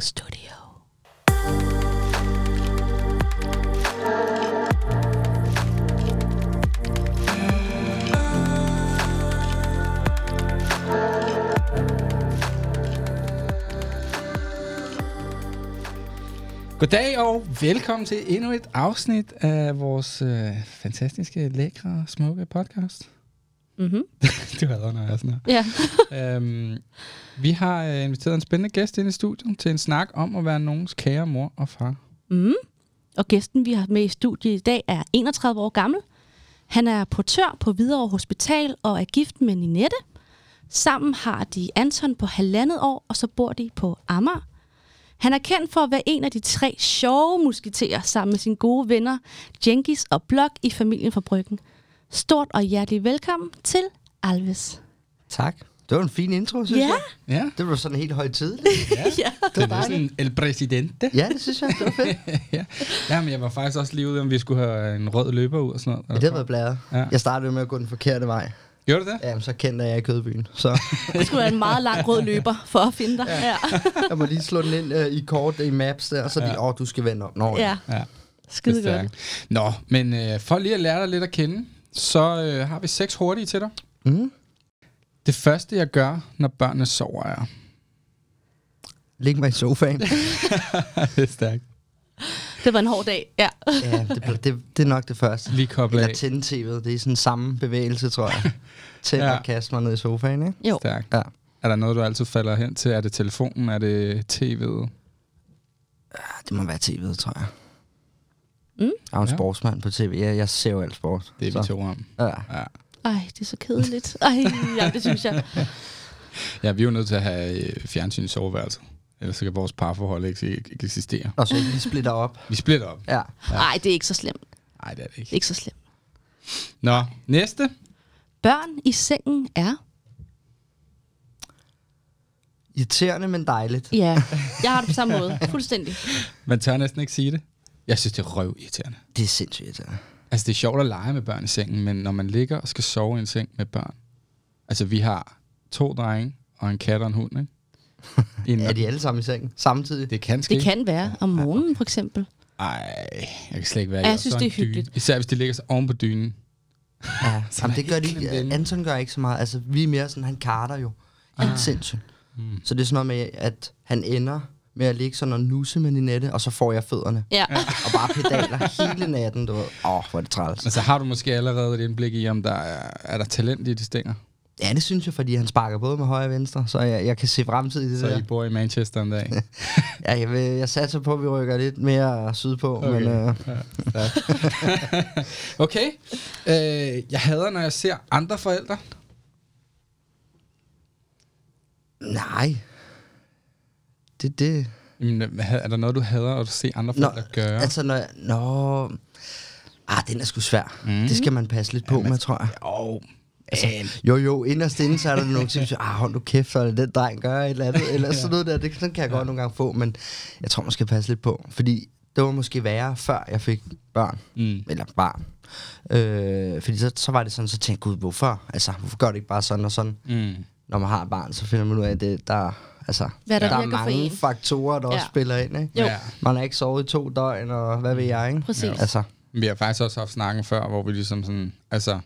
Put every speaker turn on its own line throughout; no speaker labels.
Studio.
Goddag og velkommen til endnu et afsnit af vores øh, fantastiske, lækre, smukke podcast.
Mm-hmm.
du hader, når jeg er sådan her.
Ja.
øhm, vi har øh, inviteret en spændende gæst ind i studiet til en snak om at være nogens kære mor og far.
Mm. Og gæsten, vi har med i studiet i dag, er 31 år gammel. Han er portør på Hvidovre Hospital og er gift med Ninette. Sammen har de Anton på halvandet år, og så bor de på Amager. Han er kendt for at være en af de tre sjove musketerer sammen med sine gode venner Jenkins og Blok i familien fra Bryggen. Stort og hjertelig velkommen til Alves.
Tak. Det var en fin intro, synes
Ja.
jeg.
Ja,
Det var sådan helt højtidligt.
Ja.
det er sådan el presidente.
Ja, det synes jeg. Det var fedt.
Jamen, jeg var faktisk også lige ude, om vi skulle have en rød løber ud og sådan noget.
Ja, det var blæret.
Ja.
Ja. Jeg startede med at gå den forkerte vej.
Gjorde du det?
Jamen, så kendte jeg kødbyen. Så
Det skulle være en meget lang rød løber for at finde dig. Ja.
jeg må lige slå den ind øh, i kort i maps der, og så lige, åh, du skal vende om. Nå, ja.
ja.
Ja.
Skide
det er
godt.
stærkt. Nå, men øh, for lige at lære dig lidt at kende, så øh, har vi seks hurtige til dig.
Mm.
Det første, jeg gør, når børnene sover, er...
Læg mig i sofaen.
det er stærkt.
Det var en hård dag. Ja.
ja, det, bl- det, det, er nok det første.
Lige koble af.
Eller tænde tv'et. Det er sådan samme bevægelse, tror jeg. Tænd
Ja.
ja. og kaste mig ned i sofaen, ikke?
Jo.
Stærkt.
Ja.
Er der noget, du altid falder hen til? Er det telefonen? Er det tv'et?
Ah, Det må være tv'et, tror jeg.
Mm.
Jeg er en
Ja.
sportsmand på tv. Jeg, jeg ser jo alt sport.
Det er
så.
vi to om.
Ja.
Ja.
Ej, det er så kedeligt. Ej, ja, det synes jeg.
ja, vi er jo nødt til at have øh, fjernsyn i soveværelset. Ellers så kan vores parforhold ikke, ikke eksistere.
Og så lige splitter op.
Vi splitter op.
Ja.
Ej, det er ikke så slemt.
Nej, det er det ikke.
Ikke så slemt.
Nå, næste.
Børn i sengen er...
Irriterende, men dejligt.
Ja, jeg har det på samme måde. Fuldstændig.
Man tør næsten ikke sige det. Jeg synes, det er røvirriterende.
Det er sindssygt irriterende.
Altså, det er sjovt at lege med børn i sengen, men når man ligger og skal sove i en seng med børn. Altså, vi har to drenge og en kat og en hund, ikke? En,
Er de alle sammen i sengen samtidig?
det kan ske.
Det kan være om morgenen, for eksempel.
Ej, jeg kan slet ikke være i.
Ja, jeg
Og så
synes,
en
det er hyggeligt.
Dyne. Især hvis de ligger sig oven på dynen.
Ja.
Sådan
Jamen, det gør de
helt
ikke.
klemt inde.
Anton gør ikke så meget. Altså, vi er mere sådan, han karter jo. Helt
Ah.
sindssygt.
Mm.
Så det er sådan noget med, at han ender med at ligge sådan og nusse med Ninette, og så får jeg fødderne.
Ja.
Og bare pedaler hele natten, du ved. Åh, oh, hvor er det træls.
Men så Altså, har du måske allerede et indblik i, om der er, er der talent i de stænger.
Ja, det synes jeg, fordi han sparker både med højre og venstre, så jeg, jeg kan se fremtid i det
Så
der.
I bor i Manchester en dag.
Ja, jeg, vil, jeg satser på, at vi rykker lidt mere sydpå, okay.
Okay.
men øh,
Okay. Øh, jeg hader, når jeg ser andre forældre.
nej. Det, det,
Jamen, hvad- er der noget, du hader, at se andre
Nå,
forældre gøre?
altså, når, jeg- nå, ah, den er sgu svær. Mm. Det skal man passe lidt på ja, med, tror jeg.
Åh, altså,
Jo, jo, inderst inde, så er der nogle ting, der ah, hold nu kæft, eller den dreng gør et eller andet, eller sådan noget der. Det, sådan kan jeg godt nogle gange få, men jeg tror, man skal passe lidt på, fordi det var måske værre, før jeg fik børn,
mm,
eller barn. Øh, fordi så, så var det sådan, så tænkte jeg, gud, hvorfor? Altså, hvorfor gør det ikke bare sådan og sådan?
mm.
Når man har et barn, så finder man ud af, at det, der, altså,
Hvad der
der er
virker for
mange
en.
faktorer, der ja. også
Ja.
spiller ind, ikke?
Jo.
Ja.
Man har ikke sovet i to døgn, og hvad ved jeg, ikke?
Præcis. Ja.
Altså,
Vi har faktisk også haft snakken før, hvor vi ligesom sådan, altså,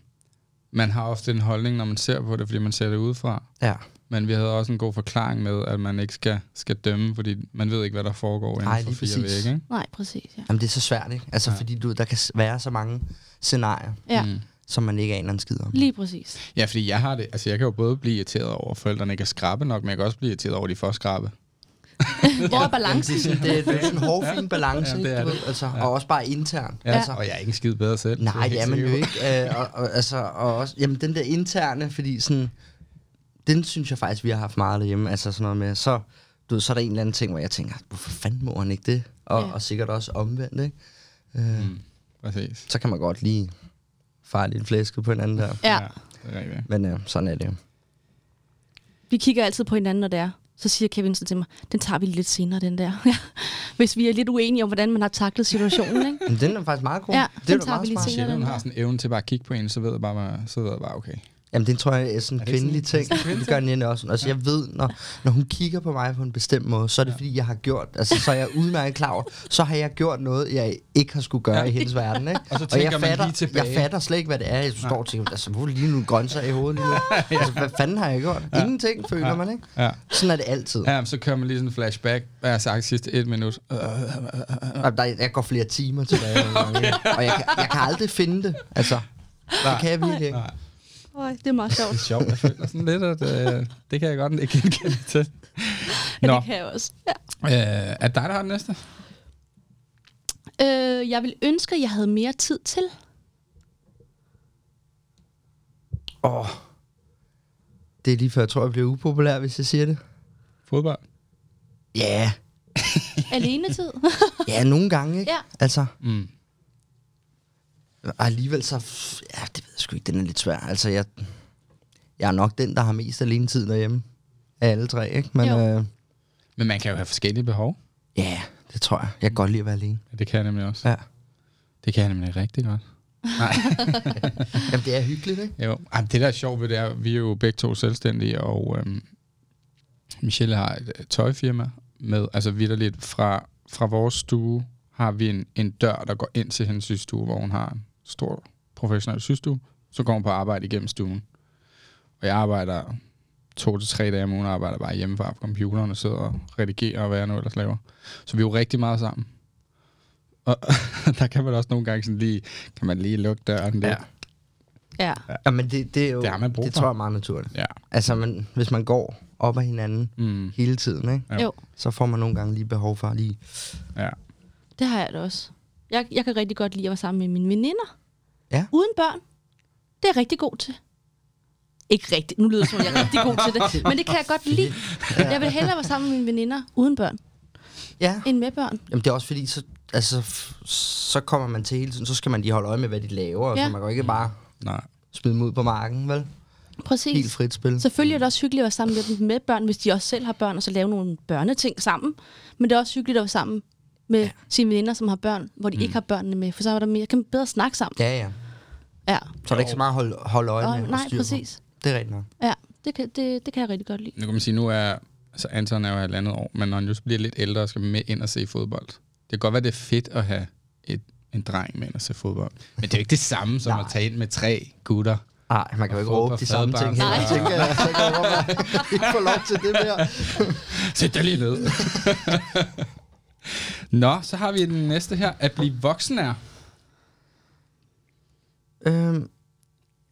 man har ofte en holdning, når man ser på det, fordi man ser det udefra.
ja.
Men vi havde også en god forklaring med, at man ikke skal, skal dømme, fordi man ved ikke, hvad der foregår inden
Ej,
for
lige
fire
præcis.
vægge. Ikke?
Nej, præcis. Ja.
Jamen, det er så svært, ikke? Altså, ja. fordi du, der kan s- være så mange scenarier,
ja,
som man ikke aner en skid om.
lige præcis.
Ja, fordi jeg har det. Altså, jeg kan jo både blive irriteret over, at forældrene ikke er skrabe nok, men jeg kan også blive irriteret over, at de er for skrabe.
Hvor er balancen?
Det, det, det, det er sådan en hårfin balance,
Ja,
ja,
det
det
er
du
det.
ved, altså, og også bare internt.
Ja.
Altså,
Og jeg er ikke en skid bedre selv.
nej,
det
det er
jeg
man
helt
jo
sikker på.
ikke. Øh, og, og, altså, og også, jamen, den der interne, fordi sådan, den synes jeg faktisk, vi har haft meget derhjemme, altså sådan noget med, så, du ved, så er der en eller anden ting, hvor jeg tænker, hvorfor fanden må han ikke det? Og,
Ja.
ja. og sikkert også omvendt, ikke? Øh,
Mm, præcis.
så kan man godt lige fare lidt flæske på hinanden der.
Ja.
det er rigtigt.
Men øh, sådan er det jo.
Vi kigger altid på hinanden, når det er. Så siger Kevin så til mig, den tager vi lidt senere, den der. Ja. Hvis vi er lidt uenige om, hvordan man har taklet situationen, ikke?
Men den er faktisk meget god.
Ja,
det
den
er da
tager
meget
vi lige
smart.
senere.
Sjældent har sådan en evne til bare at kigge på en, så ved jeg bare, hvad- så ved jeg bare okay.
Jamen, det tror jeg er sådan en
Er det ikke
kvindelig
sådan en-
ting. Det gør Nina også. Altså, jeg ved, når, når hun kigger på mig på en bestemt måde, så er det, fordi jeg har gjort... Altså, så er jeg udmærket klar over, så har jeg gjort noget, jeg ikke har skulle gøre
Ja.
ja. i hendes verden, ikke?
Og så tænker man
jeg
lige
fatter,
tilbage.
Jeg fatter slet ikke, hvad det er. Jeg står og tænker, altså, hvor er lige nu grøntsager i hovedet lige nu? Altså, hvad fanden har jeg gjort? Ingenting, føler
Ja.
man, ikke?
Ja.
Sådan er det altid.
ja, men så kører man lige sådan en flashback. Hvad har jeg sagt sidste et minut? Øh,
Jamen, Der, jeg går flere timer tilbage. okay. Og jeg, kan- jeg kan aldrig finde det. Altså, det kan jeg virkelig ikke.
Nej.
Øj, det er meget sjovt.
Det er sjovt, jeg føler sådan lidt, at øh, det kan jeg godt ikke genkende til.
Ja,
Nå,
det kan jeg også. Ja.
øh, er det dig, der har den næste?
Øh, jeg ville ønske, at jeg havde mere tid til.
Åh. Det er lige før, jeg tror, jeg bliver upopulær, hvis jeg siger det.
Fodbold?
Ja. Yeah.
Alene tid.
Ja, nogle gange, ikke?
Ja.
Altså,
Mm.
og alligevel så... Ja, det ved jeg sgu ikke, den er lidt svær. Altså, jeg, jeg er nok den, der har mest alene tid derhjemme. Af alle tre, ikke? Men
Jo.
øh,
Men man kan jo have forskellige behov.
ja, det tror jeg. Jeg kan godt lide at være alene.
Ja, Det kan jeg nemlig også.
Ja.
Det kan jeg nemlig rigtig godt. Nej,
Jamen, det er hyggeligt, ikke?
jo. Jamen, det der er sjovt ved det er, vi er jo begge to selvstændige, og øhm, Michelle har et øh, tøjfirma med, altså vidderligt fra, fra vores stue har vi en, en dør, der går ind til hendes systue, hvor hun har en stor professionel systue. Så går hun på arbejde igennem stuen. Og jeg arbejder to til tre dage om ugen, arbejder bare hjemmefra på computeren og sidder og redigerer og hvad jeg nu ellers laver. Så vi er jo rigtig meget sammen. Og der kan man også nogle gange sådan lige, kan man lige lukke døren lidt.
Ja.
ja.
Jamen, det, det er jo...
Det har man brug
det
for.
tror jeg er meget naturligt.
Ja.
Altså, man, hvis man går op ad hinanden
Mm,
hele tiden, ikke?
Ja.
Jo,
Så får man nogle gange lige behov for lige...
ja.
det har jeg da også. Jeg, jeg kan rigtig godt lide at være sammen med mine veninder.
Ja.
Uden børn. Det er jeg rigtig god til. Ikke rigtigt. Nu lyder det som, om jeg er rigtig god til det. Men det kan jeg godt lide. Jeg vil hellere være sammen med mine veninder uden børn,
Ja.
end med børn.
Jamen, det er også fordi, så, altså, f- så kommer man til hele tiden, så skal man lige holde øje med, hvad de laver, ja.
Ja.
så man kan jo ikke bare
Nej.
smide dem ud på marken, vel?
Præcis.
Helt frit spil.
Selvfølgelig er det også hyggeligt at være sammen med dem med børn, hvis de også selv har børn, og så lave nogle børneting sammen. Men det er også hyggeligt at være sammen med ja. sine veninder, som har børn, hvor de mm. ikke har børnene med, for så er der mere, kan man bedre snakke sammen.
Ja, ja.
Ja,
Så er der ikke så meget at holde, holde øje
og,
med. og
nej,
styr på.
præcis.
Det er rigtigt nok.
Ja, det kan, det, det kan jeg rigtig godt lide.
Nu kan man sige, nu er, altså Anton er jo halvandet år, men når han just bliver lidt ældre, skal man med ind og se fodbold. Det kan godt være, det er fedt at have et, en dreng med ind og se fodbold. Men det er jo ikke det samme som
Nej.
at tage ind med tre gutter.
Nej, Ah, man kan jo ikke
Og få
råbe
på
de samme
fadbaren.
ting. heller.
Nej.
Jeg tænker, jeg tænker over, at man ikke får lov til det mere.
Sæt dig lige ned. Nå, så har vi den næste her. At blive voksen er
Øhm,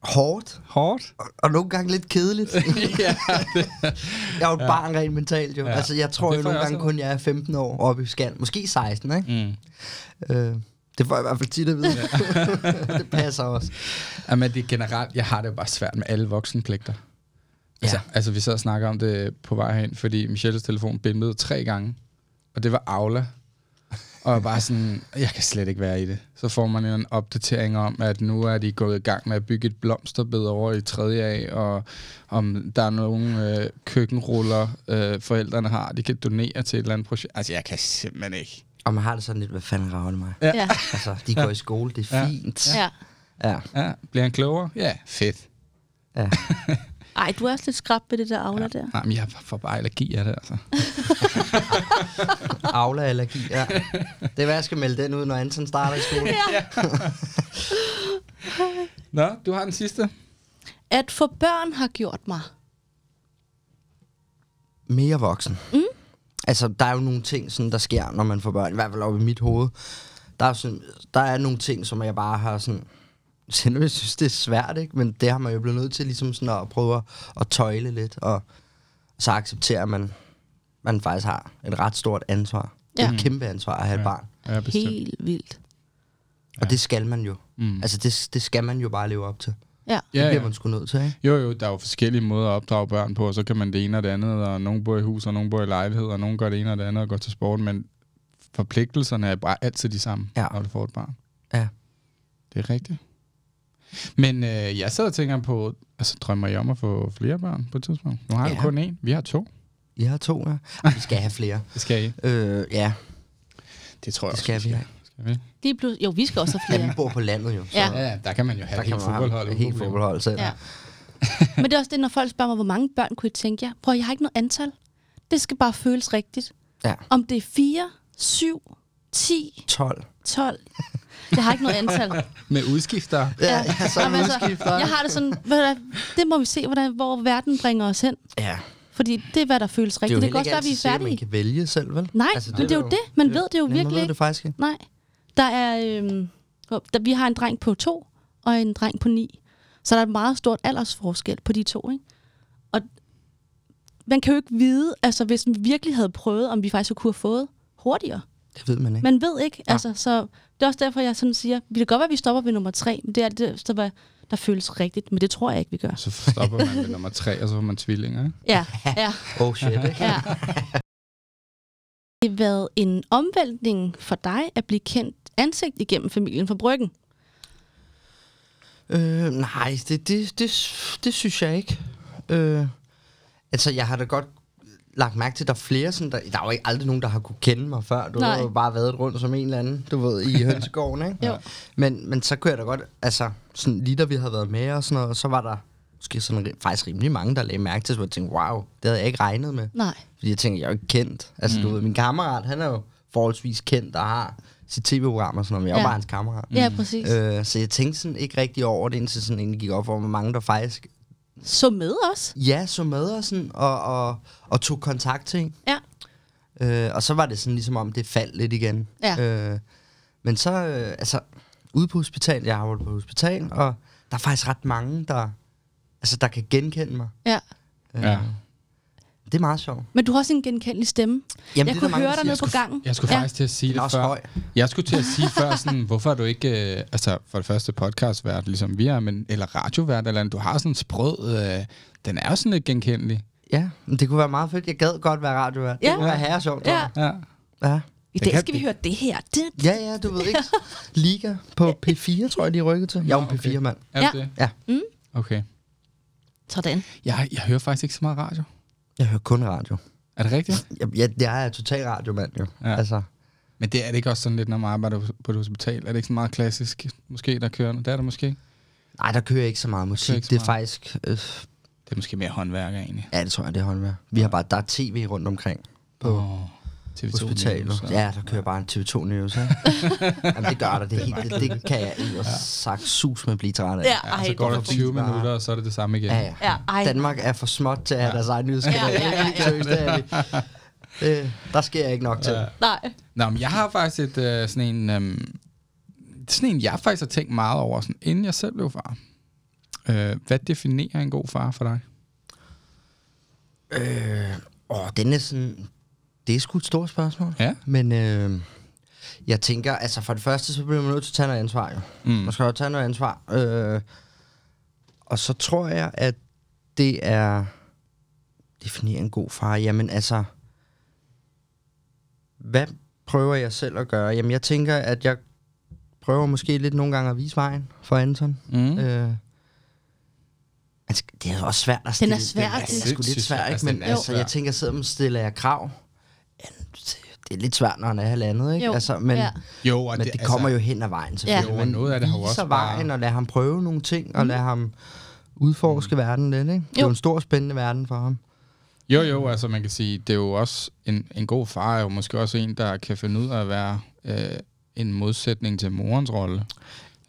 hårdt,
hårdt.
og, og nogle gange lidt kedeligt.
ja,
Jeg er jo et barn rent mentalt, jo.
Ja.
Ja. Altså, jeg tror
Det får
jo nogle
jeg også
gange kun, jeg er 15 år oppe i skal. Måske 16, ikke?
mm.
Øh, det får jeg i hvert fald tit at vide. det passer også.
Jamen, det er generelt, jeg har det jo bare svært med alle voksenpligter. Altså, altså, vi sad og snakkede om det på vej herind, fordi Michelles telefon bimlede tre gange, og det var Aula. Og jeg var bare sådan, jeg kan slet ikke være i det. Så får man en opdatering om, at nu er de gået i gang med at bygge et blomsterbed over i 3. A, og om der er nogle øh, køkkenruller, øh, forældrene har, de kan donere til et eller andet projekt. Altså, jeg kan simpelthen ikke.
Og man har det sådan lidt, hvad fanden rager det mig?
Ja.
Ja,
Altså, de går i skole, det er
Ja.
fint.
ja.
Ja.
Ja, bliver han klogere? Ja, fedt.
ja.
Ej, du er også lidt skrab ved det der Aula der.
Nej, men jeg får bare allergi af det, altså.
Aula-allergi, ja. Det er, hvad jeg skal melde den ud, når Anton starter i skole.
Nå, du har den sidste.
At få børn har gjort mig.
Mere voksen. Mm. Altså, der er jo nogle ting, sådan, der sker, når man får børn. I hvert fald oppe i mit hoved. Der er, sådan, der er nogle ting, som jeg bare har sådan... Selvom jeg synes, det er svært, ikke? Men det har man jo blevet nødt til ligesom sådan at prøve at, at tøjle lidt. Og så accepterer man, man faktisk har et ret stort ansvar. Ja.
Ja.
Et kæmpe ansvar at have ja. et barn.
Ja,
Helt vildt.
Og det skal man jo.
Mm.
Altså, det, det skal man jo bare leve op til. Det
Ja,
Ja,
bliver
ja.
man sgu nødt til, ikke?
Jo, jo, der er jo forskellige måder at opdrage børn på, og så kan man det ene og det andet, og nogen bor i hus, og nogen bor i lejlighed, og nogen gør det ene og det andet og går til sport, men forpligtelserne er bare altid de samme,
Ja.
når du får et barn.
Ja.
Det er rigtigt. Men øh, jeg sad og tænker på, altså drømmer jeg om at få flere børn på et tidspunkt? Nu har jeg ja.
Ja.
kun én, vi har to.
I har to, ja. Og vi skal have flere.
Det skal I.
Øh, ja,
Det tror jeg
det
også,
skal vi have.
skal vi.
lige pludselig. Jo, vi skal også have
Ja, vi
flere.
bor på landet jo. Så
Ja.
Ja, der kan man jo have
Der
et helt
kan man
fodboldhold.
have
uden
helt
problemer.
fodboldhold selv.
Ja.
Ja.
Men det er også det, når folk spørger mig, hvor mange børn kunne I tænke jer? Prøv, at- jeg har ikke noget antal. Det skal bare føles rigtigt.
Ja.
Om det er 4, 7, 10,
12.
12. Jeg har ikke noget antal.
Med udskifter.
Ja, ja så er
Jamen,
man
altså,
udskifter.
jeg har det sådan, ved du hvad, det må vi se, hvordan, hvor verden bringer os hen.
Ja.
Fordi det er, hvad der føles
Det er jo
rigtigt. Det,
heller
det kan også
ikke
være, vi
altid
er
sikkert,
færdige.
man kan vælge selv, vel?
Nej, altså, det men det er jo det. Man ved det jo
Ja, Man
virkelig
ved
ikke.
det faktisk ikke.
Nej. Der er, øhm, der, vi har en dreng på to, og en dreng på ni. Så der er et meget stort aldersforskel på de to, ikke? Og man kan jo ikke vide, altså hvis vi virkelig havde prøvet, om vi faktisk kunne have fået hurtigere.
Det ved man ikke.
Man ved ikke, altså, så det er også derfor, jeg sådan siger, vi kan godt være, at vi stopper ved nummer tre, men det er det, der, var- der føles rigtigt, men det tror jeg ikke, vi gør.
Så stopper man med nummer tre, og så får man tvillinger. ikke?
Ja, ja.
Oh shit, ikke?
Ja. Det har været en omvæltning for dig at blive kendt ansigt igennem familien fra Bryggen.
Øh, nej, det, det, det, det synes jeg ikke. Øh, altså, jeg har da godt lagt mærke til, at der er flere sådan, der, der er jo ikke aldrig nogen, der har kunne kende mig før. Du
Nej.
har jo bare været rundt som en eller anden, du ved, i hønsegården, ikke?
Jo.
Men, men så kunne jeg da godt, altså, sådan, lige da vi havde været med og sådan noget, så var der måske sådan ri- faktisk rimelig mange, der lagde mærke til, så jeg tænkte, wow, det havde jeg ikke regnet med.
Nej.
Fordi jeg tænkte, jeg er jo ikke kendt. Altså, mm. du ved, min kammerat, han er jo forholdsvis kendt og har sit tv-program og sådan noget, men jeg er
Ja.
jo bare hans kammerat.
Ja, præcis. Øh.
Øh, så jeg tænkte sådan ikke rigtig over det, indtil sådan egentlig gik op for, hvor mange der faktisk
Så med os.
ja, så med og, sådan, og, og, og tog kontakt til en.
Ja.
Øh, og så var det sådan ligesom om, det faldt lidt igen.
Ja.
Øh, men så, øh, altså, ude på hospitalet, jeg arbejder på hospital, og der er faktisk ret mange, der, altså, der kan genkende mig.
ja.
Øh,
Ja.
Det er meget sjovt.
Men du har også en genkendelig stemme. Jamen, jeg
det er der
kunne
mange,
høre
der
dig
siger.
nede på gangen.
Jeg skulle
ja.
faktisk til at sige
Den er
det
også
før.
høj.
Jeg skulle til at sige før, sådan, hvorfor er du ikke, øh, altså for det første podcastvært, ligesom vi er, men, eller radiovært, eller andet. du har sådan en sprød, øh, den er jo sådan lidt genkendelig.
Ja, men det kunne være meget fedt. Jeg gad godt være radiovært.
Ja.
Det kunne være herre sjovt. tror
Ja.
jeg.
Ja.
ja.
I
Det
dag
kan-
skal vi høre det her. Det.
Ja, ja, du ved ikke. Liga på P4, tror jeg, de rykkede til. Jeg er jo en
Okay.
P4-mand.
Er
Ja.
du det?
Ja.
Mm.
Okay.
Sådan.
Jeg, jeg hører faktisk ikke så meget radio.
Jeg hører kun radio.
Er det rigtigt?
Jeg, jeg, jeg er total radiomand, jo.
Ja.
Ja. Altså,
Men det er det ikke også sådan lidt, når man arbejder på et hospital? Er det ikke så meget klassisk, måske, der kører? Det er der måske.
nej, der kører jeg ikke så meget musik.
ikke så
Det er
meget.
faktisk... Øh,
Det er måske mere håndværker, egentlig.
ja, det tror jeg, det er håndværk. Vi har bare... Der er tv rundt omkring på oh,
TV2
hospitaler.
News, og-
Ja, der kører bare en TV2 News, ikke? Jamen, det gør der. Det, er helt, det, det kan jeg ikke ja. sagt sus med at blive træt af.
Ja,
Ja,
ej,
så går
det
der
er
20
bare-
minutter, og så er det det samme igen.
ja, ja.
Ja, ej.
altså, Danmark er for småt til at have deres egen nyhedskanal.
Ja, ja, ja, ja.
Seriøst, det er vi. Øh, der sker ikke nok til. Ja.
Nej.
Nå, men jeg har faktisk et, øh, sådan en... Øh, sådan en, jeg faktisk har tænkt meget over, sådan, inden jeg selv blev far. Øh, hvad definerer en god far for dig?
Øh, åh, den er sådan... Det er sgu et stort spørgsmål.
Ja.
Men øh, jeg tænker, altså for det første, så bliver man nødt til at tage noget ansvar, jo. Mm. Man skal jo tage noget ansvar. Øh, og så tror jeg, at det er... Definere en god far. Jamen altså... Hvad prøver jeg selv at gøre? Jamen jeg tænker, at jeg prøver måske lidt nogle gange at vise vejen for Anton.
Mm.
Mm. Øh, altså, det er jo også svært at
Den
stille.
er svær,
Den
den
er,
er
sgu lidt
sindssygt svær.
svært, ikke?
Altså,
Men
den er
altså,
svær.
jeg tænker, sidder man stiller jeg krav. Ja, Det er lidt svært, når han er halvandet, ikke?
Jo,
Altså, men,
ja.
Jo, og altså,
men det, kommer jo hen ad vejen, selvfølgelig.
Jo, og
Men
noget af det har jo
viser
også bare-
vejen, og lade ham prøve nogle ting, og lade ham udforske
Mm.
verden lidt, ikke? Det er
Mm. Jo.
jo en stor, spændende verden for ham.
Jo, jo, altså man kan sige, det er jo også, en, en god far er jo måske også en, der kan finde ud af at være øh, en modsætning til morens rolle.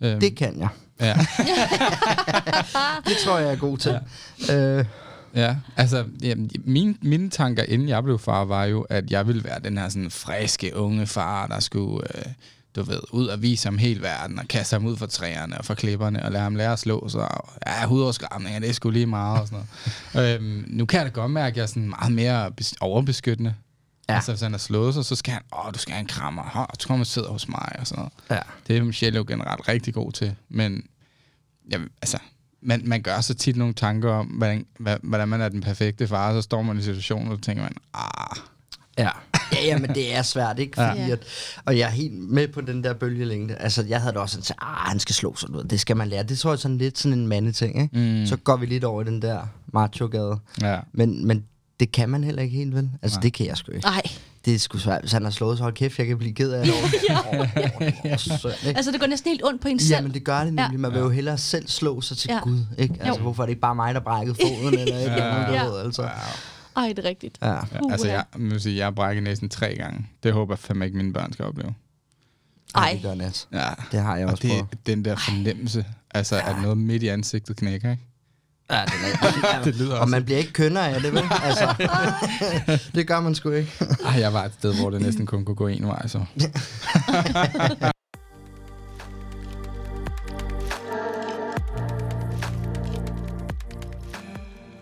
Øhm,
Det kan jeg.
ja,
Det tror jeg, jeg er god til. Ja. Øh,
ja, altså jamen, mine, mine tanker, inden jeg blev far, var jo, at jeg ville være den her sådan friske, unge far, der skulle, øh, du ved, ud og vise ham hele verden, og kaste ham ud for træerne og for klipperne, og lade ham lære at slå sig, og ja, hudårskarmninger, det er sgu lige meget og sådan noget. øhm, nu kan jeg da godt mærke, at jeg er sådan meget mere bes- overbeskyttende. Ja.
Ja.
Altså, hvis han har slået sig, så skal han, åh, du skal have en krammer, Hå, du kommer og sidder hos mig, og sådan noget.
ja.
Det er Michelle jo generelt rigtig god til, men ja, altså, man, man gør sig tit nogle tanker om, hvordan, hva- hvordan man er den perfekte far, og så står man i situationen, og så tænker man, ah,
Ja. ja, ja, men det er svært, ikke? Fordi
Ja.
ja. at, og jeg er helt med på den der bølgelængde. Altså, jeg havde det også sådan, til, ah, han skal slå sig ud. Det skal man lære. Det tror jeg sådan lidt sådan en mandeting, ikke? Mm. Så går vi lidt over i den der macho-gade.
ja.
Men, men det kan man heller ikke helt, vel? Altså,
Nej.
det kan jeg sgu ikke.
Ej.
Det er sgu svært. Hvis han har slået, så hold kæft, jeg kan blive ked af det.
Altså, det går næsten helt ondt på en selv.
Jamen det gør det nemlig. Man vil jo hellere selv slå sig til
Ja.
ja. Gud. Ikke? Altså
Jo.
hvorfor er det ikke bare mig, der brækkede foden eller et eller andet,
Ja.
du ved, altså.
Ej, det er rigtigt.
Ja.
Ja, altså,
Uha.
jeg, jeg, vil sige, jeg har brækket næsten tre gange. Det håber jeg fandme ikke, mine børn skal opleve.
Ej,
Det gør nat.
Ja.
Det har jeg
Og
også
det,
prøvet.
den der fornemmelse, altså at noget midt i ansigtet knækker, ikke?
Ja, det, er,
Det lyder
Og
også-
man bliver ikke kønnere af det, vel? Altså, det gør man sgu ikke.
Ej, jeg var et sted, hvor det næsten kun kunne gå en vej, så.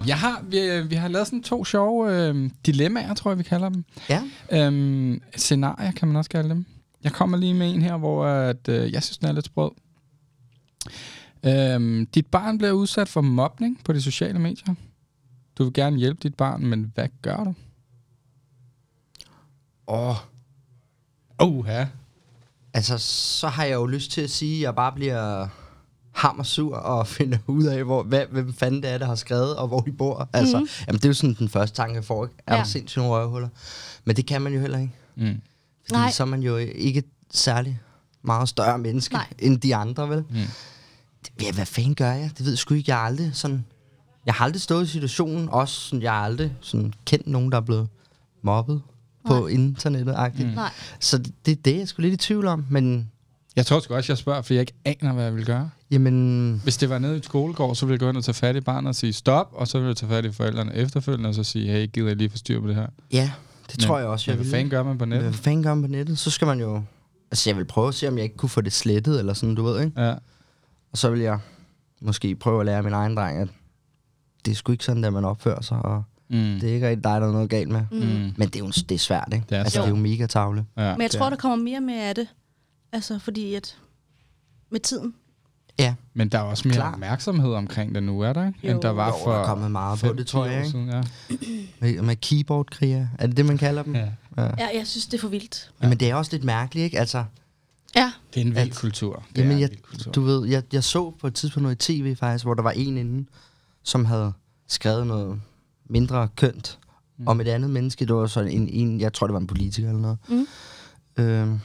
Jeg har, vi, vi har lavet sådan to sjove øh, dilemmaer, tror jeg, vi kalder dem.
Ja.
Øhm, scenarier kan man også kalde dem. Jeg kommer lige med en her, hvor at, øh, jeg synes, den er lidt sprød. Øhm, dit barn bliver udsat for mobning på de sociale medier. Du vil gerne hjælpe dit barn, men hvad gør du?
Åh, oh,
Oh, ja.
altså, så har jeg jo lyst til at sige, at jeg bare bliver hammersur og finder ud af, hvor, hvad, hvem fanden det er, der har skrevet, og hvor de bor. Altså, mm. jamen, det er jo sådan den første tanke, jeg får. Ikke? Er
Ja.
ja. sindssygt nogle røvhuller? Men det kan man jo heller ikke.
Mm.
Fordi
Nej.
Nej. så er man jo ikke særlig meget større menneske
Nej.
Nej. end de andre, vel? Mm. Det, ja, hvad fanden gør jeg? Det ved jeg sgu ikke. Jeg har aldrig sådan... Jeg har aldrig stået i situationen, også sådan, jeg har aldrig sådan, kendt nogen, der er blevet mobbet Nej. på internettet -agtigt.
Mm. Nej.
Så det, det er det, jeg er sgu lidt i tvivl om, men
Jeg tror sgu også, jeg spørger, fordi jeg ikke aner, hvad jeg vil gøre.
jamen,
Hvis det var nede i et skolegård, så ville jeg gå ind og tage fat i barnet og sige stop, og så ville jeg tage fat i forældrene efterfølgende og så sige, hey, gider jeg lige få styr på det her?
ja, det tror jeg
Men
også, jeg
hvad
vil.
fanden gør man på
Men Hvad
nettet?
fanden gør man på nettet? Så skal man jo... Altså, jeg vil prøve at se, om jeg ikke kunne få det slettet, eller sådan, du ved, ikke?
Ja.
Og så vil jeg måske prøve at lære min egen dreng, at det er sgu ikke sådan, at man opfører sig, og
Mm.
Det er ikke rigtig dig, der er noget galt med.
Mm.
Men det er jo det er svært, ikke?
Det er
altså, det er jo mega tavle.
Ja.
Men jeg tror, der kommer mere med af det. Altså, fordi at med tiden.
Ja,
Men der er også mere Klar.
Klar.
opmærksomhed omkring det nu, er der ikke? End
Jo.
der var
Jo,
for
der er kommet meget på
fem,
det, tror
ti
jeg,
år
ikke?
Siden, ja.
med, med keyboardkriger. Er det det, man kalder dem?
Ja.
Ja.
Ja, jeg synes, det er for vildt.
Jamen, det er også lidt mærkeligt, ikke? Altså,
Ja,
Det er en vild
At-
kultur. Det er
jamen,
en
jeg,
vild kultur.
du ved, jeg, jeg så på et tidspunkt noget i tv faktisk, hvor der var en inden, som havde skrevet noget mindre kønt mm. om et andet menneske. Det var sådan en, en, jeg tror, det var en politiker eller noget.
Mm.
Øhm,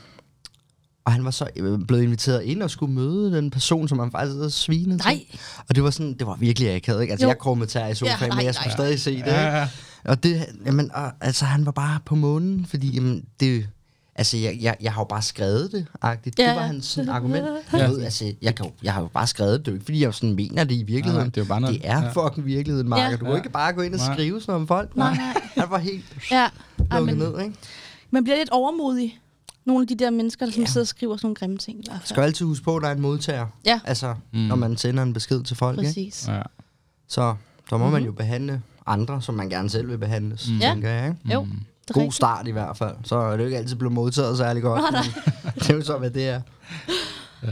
og han var så øh, blevet inviteret ind og skulle møde den person, som han faktisk havde svinet til.
nej.
Og det var sådan, det var virkelig akavet, ikke? Altså,
Jo.
jo. jeg krummede tær i sofaen,
Ja,
ja,
nej,
men jeg skulle
nej.
stadig se det,
Ja,
ikke?
ja.
Og det, jamen, og, altså, han var bare på månen, fordi, jamen, det, altså, jeg, jeg, jeg har jo bare skrevet det, agtigt.
Ja,
det var
ja.
hans sådan, argument.
Ja.
Jeg ved, altså, jeg, kan jo, jeg har jo bare skrevet det, det er jo ikke, fordi jeg jo sådan mener det i virkeligheden.
Nej, nej, det er jo bare noget-
Det er
ja.
fucking virkeligheden, Mark,
Ja.
ja. du må
Ja.
ikke bare gå ind og
Nej.
skrive sådan om folk.
Nej, nej.
Han var helt
Ja. Ej,
lukket
men,
ned, ikke?
man bliver lidt overmodig. Nogle af de der mennesker, der yeah. sidder og skriver sådan nogle grimme ting. i hvert fald.
Du skal jo altid huske på, at der er en modtager.
Ja.
Altså,
Mm.
mm. når man sender en besked til folk, ikke?
Præcis. Mhm.
ja.
Så, så må mm. man jo behandle andre, som man gerne selv vil behandles, mm.
Ja.
tænker jeg, ikke?
Jo, det er
God
rigtigt.
start i hvert fald. Så er det jo ikke altid blevet modtaget særlig godt.
Nej, nej.
men Det er jo så, hvad det er.
ja.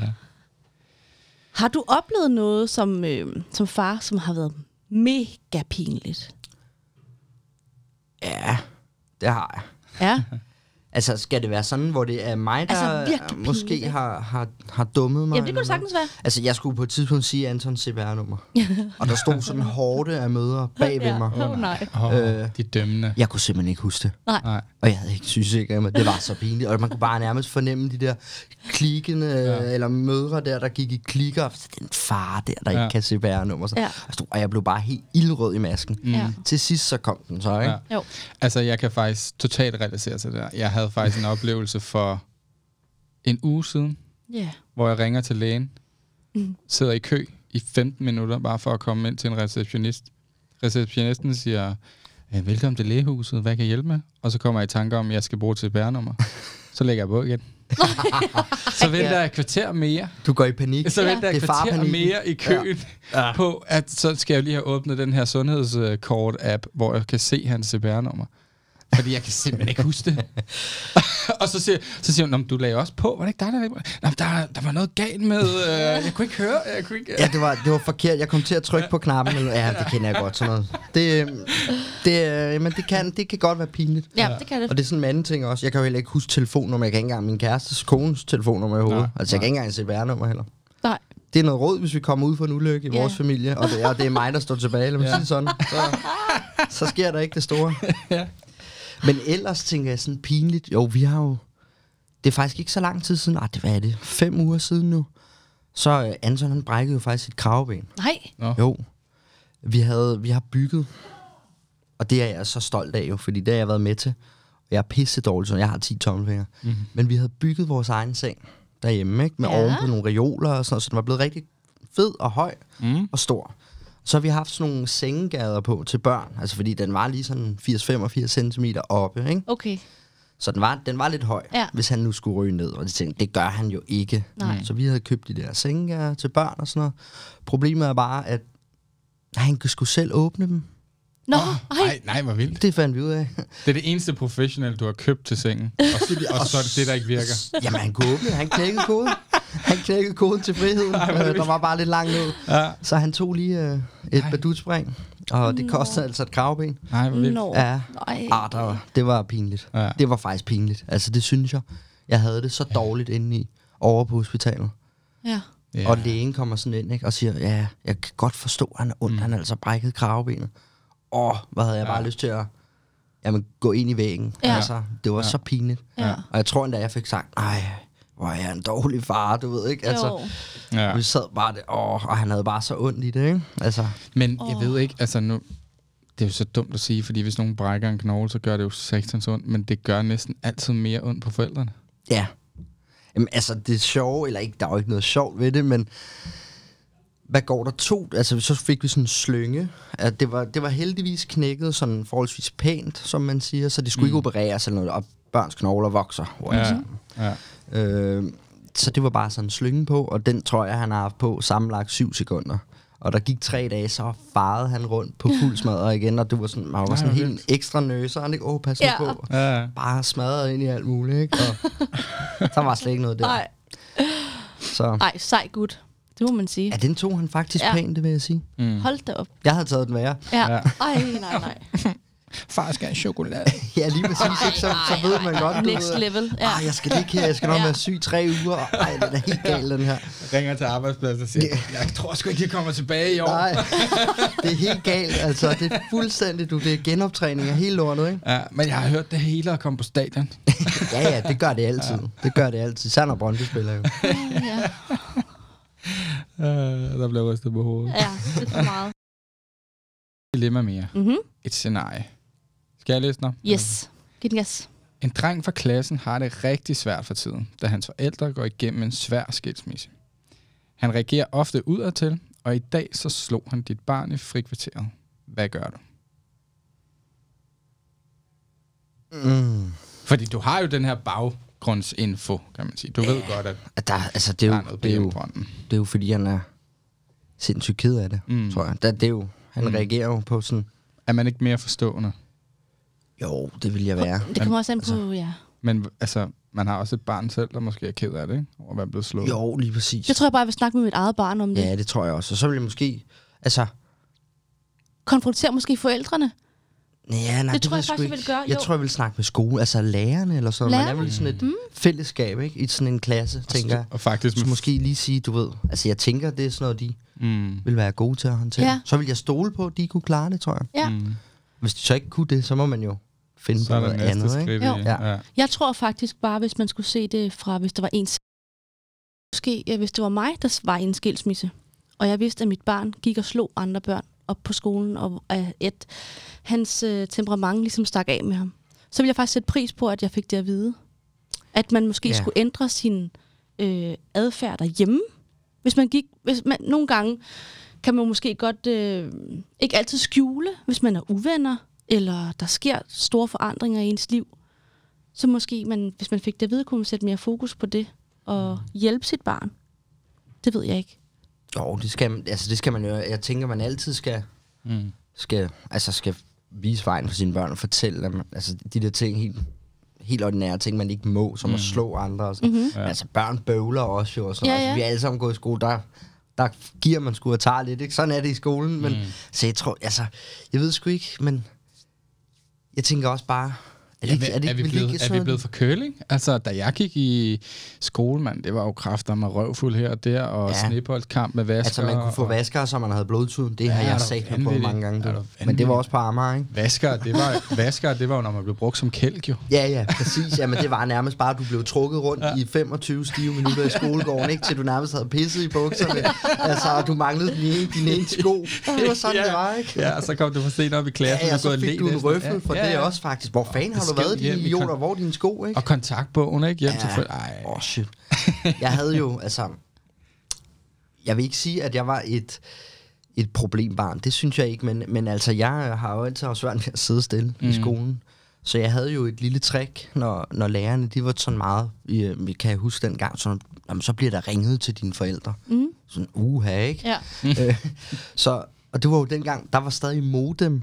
Har du oplevet noget som, øh, som far, som har været mega pinligt?
Ja, det har jeg.
Ja,
Altså, skal det være sådan, hvor det er mig, der
Altså, virkelig pinligt, ikke?
måske har, har, har dummet mig?
Jamen, det kunne det
eller noget?
sagtens være.
Altså, jeg skulle på et tidspunkt sige Antons CPR-nummer. og der stod sådan en hårde af møder bag ved
ja.
mig.
Oh, nej.
Oh, øh.
Øh.
De dømmende.
Jeg kunne simpelthen ikke huske det.
Nej.
Og jeg havde ikke sygesikring, men det var så pinligt. Og man kunne bare nærmest fornemme de der klikkende, ja. eller mødre der, der gik i klikker. Så Den far der, der ja.
Ja.
ikke kan se bærenummer.
Ja.
Ja. Og, stod, og jeg blev bare helt ildrød i masken.
Mm. Ja.
Til sidst så kom den så, ikke?
Ja.
Ja.
Jo.
Altså, jeg kan faktisk totalt relatere til det der. Jeg havde faktisk en oplevelse for en uge siden,
Ja.
hvor jeg ringer til lægen, sidder i kø i 15 minutter, bare for at komme ind til en receptionist. Receptionisten siger, "Øh, velkommen til lægehuset, hvad kan jeg hjælpe med? Og så kommer jeg i tanke om, at jeg skal bruge et CPR-nummer. Så lægger jeg på igen. så venter jeg et kvarter mere.
Du går i panik.
Så venter jeg et
Det er
kvarter
farpanikken.
mere i køen ja. Ja. på, at så skal jeg lige have åbnet den her sundhedskort-app, hvor jeg kan se hans CPR-nummer. Fordi jeg kan simpelthen ikke huske det. og så siger, så siger hun, "Nå, men du lagde også på. Var det ikke dig, der lagde på? Nå, men der, der var noget galt med... Øh, jeg kunne ikke høre. Jeg kunne ikke,
Ja, det var, det var forkert. Jeg kom til at trykke på knappen. eller- Ja, det kender jeg godt, sådan noget. Det, øhm, det, øh, jamen, det, kan, det kan godt være pinligt.
ja, det kan det.
Og det er sådan en anden ting også. Jeg kan jo heller ikke huske telefonnummer. Jeg kan ikke engang min kærestes kones telefonnummer i hovedet.
Nej,
altså, jeg kan ikke engang se bærenummer heller.
Nej.
det er noget råd, hvis vi kommer ud for en ulykke i
Ja.
vores familie, og det, er, og det er mig, der står tilbage, lad mig sige det sådan. Så, så sker der ikke det store. Men ellers tænker jeg sådan pinligt, jo, vi har jo... Det er faktisk ikke så lang tid siden, ah, det, hvad er det, fem uger siden nu, så øh, Anton han brækkede jo faktisk sit kravben.
Nej.
Nå.
Jo. Vi, havde, vi har bygget, og det er jeg så stolt af jo, fordi det har jeg været med til. Jeg er pisse dårlig, så jeg har 10 tommelfingre. Mm-hmm. Men vi havde bygget vores egen seng derhjemme, ikke? Med
Ja.
ja. ovenpå nogle reoler og sådan noget, så den var blevet rigtig fed og høj mm. og stor. Så har vi haft sådan nogle sengegader på til børn, altså fordi den var lige sådan 80-85 cm oppe, ikke?
Okay.
Så den var, den var lidt høj,
Ja.
ja. hvis han nu skulle ryge ned. Og de tænkte, det gør han jo ikke.
Nej.
Så vi havde købt de der senge øh, til børn og sådan noget. Problemet er bare, at han skulle selv åbne dem.
Nå, ej.
Nej, nej, hvor vildt.
Det fandt vi ud af.
Det er det eneste professionelle, du har købt til sengen. Og, og så er det det, der ikke virker.
Jamen, han kunne åbne det. Han knækkede koden. Han knækkede koden til friheden. Ej, der var bare lidt langt ned.
Ja.
Så han tog lige øh, et badutspring. Og det kostede altså et kravben.
Nej, hvor vildt.
Nå.
Ja.
Nej.
Ah, der var, det var pinligt.
Ja.
Det var faktisk pinligt. Altså, det synes jeg. Jeg havde det så dårligt inde i over på hospitalet.
Ja.
Ja.
Ja. Og lægen kommer sådan ind ikke, og siger, ja, jeg kan godt forstå, at han er ondt, mm. han har altså brækket kravebenet. Åh, hvad havde jeg bare
Ja.
lyst til at jamen, gå ind i væggen.
Ja.
Ja. Altså, det var ja. så pinligt.
Ja.
Og jeg tror endda, jeg fik sagt, nej, hvor er jeg en dårlig far, du ved ikke. Altså,
Jo.
ja.
Vi sad bare det, åh, og han havde bare så ondt i det, ikke? Altså,
Men jeg ved ikke, altså nu... Det er jo så dumt at sige, fordi hvis nogen brækker en knogle, så gør det jo satans ondt, men det gør næsten altid mere ondt på forældrene.
ja. Jamen, altså, det er sjove, eller ikke, der er jo ikke noget sjovt ved det, men hvad går der to? Altså, så fik vi sådan en slynge. At det, var, det var heldigvis knækket sådan forholdsvis pænt, som man siger, så det skulle mm. ikke opereres eller noget, og børns knogler vokser. Ja.
ja.
Øh, så det var bare sådan en slynge på, og den tror jeg, han har haft på sammenlagt syv sekunder. Og der gik tre dage, så farede han rundt på fuld smadret igen, og det var sådan, man var sådan
hvor
helt en ekstra nøse, og han ikke, åh, pas nu
Ja.
på.
ja.
Bare smadret ind i alt muligt, ikke? Og der var slet ikke noget der.
Nej.
Så
Ej, sej gut. Det må man sige.
ja, den tog han faktisk
Ja.
ja. pænt, det vil jeg sige.
Hold da op.
Jeg havde taget den værre.
Ja.
Ja.
Ej, nej, nej.
Far skal have chokolade.
Ja, lige præcis, ikke? Så, så ved man godt, du
Next
ved,
level. Ja.
Ja. Ej, jeg skal ikke her. Jeg skal nok være syg tre uger. Ej, den er helt gal, den her.
Ringer til arbejdspladsen og siger, jeg tror sgu ikke, jeg kommer tilbage i år.
Nej, det er helt galt. Altså, det er fuldstændig, du, det er genoptræning af hele lortet, ikke?
Ja, men jeg har hørt, det hele er kommet på stadion.
Ja, ja, det gør det altid. Det gør det altid. Sander Brøndby spiller jo.
ja.
Uh, der blev rystet på hovedet.
ja, det er for meget.
Et dilemma mere.
Mm-hmm.
Et scenarie. Skal jeg læse den op?
Yes. Giv den gas.
En dreng fra klassen har det rigtig svært for tiden, da hans forældre går igennem en svær skilsmisse. Han reagerer ofte udadtil, og i dag så slog han dit barn i frikvarteret. Hvad gør du?
Mm.
Fordi du har jo den her baggrundsinfo, kan man sige. Du ved godt, at
At Der, altså, det
der
er,
er
jo,
noget på
det, er jo,
hjemmefronten.
det er jo, fordi han er sindssygt ked af det,
Mm.
mm. tror jeg. Der, det er jo, han mm. reagerer jo på sådan,
Er man ikke mere forstående?
jo, det vil jeg være.
Det kommer også an på, ja.
Men altså, man har også et barn selv, der måske er ked af det, ikke? Over at være blevet slået.
Jo, lige præcis.
Jeg tror, jeg bare vil snakke med mit eget barn om det.
Ja, det tror jeg også. Og så vil jeg måske, altså,
Konfrontere måske forældrene.
Ja, nej,
Det tror
ved
jeg
sgu
faktisk, jeg
ikke.
ville gøre,
Jeg
jo.
tror, jeg ville snakke med skole, altså lærerne eller sådan noget. Man
Lærerne?
er vel sådan et mm. fællesskab, ikke? I sådan en klasse,
Altså,
tænker jeg.
Og faktisk...
Så måske lige sige, du ved, altså jeg tænker, det er sådan noget, de
Mm,
vil være gode til at håndtere.
Ja.
Ja. Så vil jeg stole på, at de kunne klare det, tror jeg.
Ja.
mm.
Hvis de så ikke kunne det, så må man jo finde
Så
så
er
på
der
noget
næste
andet, ikke?
skridt.
Jo.
i-
Ja.
Ja.
Jeg tror faktisk bare, hvis man skulle se det fra, hvis der var en... Måske, øh, hvis det var mig, der var i en skilsmisse, og jeg vidste, at mit barn gik og slog andre børn op på skolen, og øh, at hans øh, temperament ligesom stak af med ham, så ville jeg faktisk sætte pris på, at jeg fik det at vide. At man måske
Ja.
skulle ændre sin øh, adfærd derhjemme. Hvis man gik... Hvis man, nogle gange kan man måske godt øh, ikke altid skjule, hvis man er uvenner, eller der sker store forandringer i ens liv. Så måske, man, hvis man fik det at vide, kunne man sætte mere fokus på det og
Mm.
hjælpe sit barn. Det ved jeg ikke.
Jo, det skal, man- altså, det skal man jo. Jeg tænker, man altid skal,
Mm.
skal, altså, skal vise vejen for sine børn og fortælle dem, altså de der ting helt helt ordinære ting, man ikke må, som mm. at slå andre og sådan. Mm-hmm. Altså børn bøvler også jo, og sådan
Ja,
ja, ja.
ja.
Altså, vi er alle sammen gået i skole, der, der giver man sgu og tager lidt, ikke? Sådan er det i skolen, men mm. så jeg tror, altså, jeg ved sgu ikke, men jeg tænker også bare, Er det,
Ja,
ikke-
er,
er det,
er, vi
ikke- vil det
blevet,
ikke
er vi
sådan-
blevet for curling? Altså, da jeg gik i skole, mand, det var jo kræfter med røvfuld her og der, og ja.
Ja.
sneboldkamp med vasker.
Altså, man kunne få
og-
vaskere, så man havde blodtuden. Det
Ja,
har
er
jeg
du
sagt på
vanvittig?
mange gange.
Er
Du.
du
Men det var
vanvittig?
også på Amager, ikke?
Vasker, det var, vasker, det var jo, når man blev brugt som kælk, jo.
Ja, ja, præcis. Jamen, det var nærmest bare, at du blev trukket rundt ja. i 25 stive minutter i skolegården, ikke? Til du nærmest havde pisset i bukserne. Altså, og du manglede din ene, din ene sko. Det var sådan,
ja.
ja. det var, ikke?
Ja, og så kom du for sent op i klassen
Ja, ja,
og
så
gået
fik
lidt
du en
efter.
røffel for
ja,
det
ja.
også, faktisk. Hvor fanden har du
Besked
været,
hjem
de
i
idioter?
kon-
Hvor er dine sko, ikke?
Og kontaktbogen, ikke? Hjem ja. til
Ja.
forældre. Ej,
Åh, oh, shit. Jeg havde jo, altså... Jeg vil ikke sige, at jeg var et, et problembarn. Det synes jeg ikke, men, men altså, jeg har jo altid haft svært ved at sidde stille mm. i skolen. Så jeg havde jo et lille trick, når, når lærerne, de var sådan meget, øh, vi kan jeg huske dengang, sådan, jamen, så bliver der ringet til dine forældre. Mm. Sådan, uha, ikke?
Ja.
Øh, så, og det var jo dengang, der var stadig modem.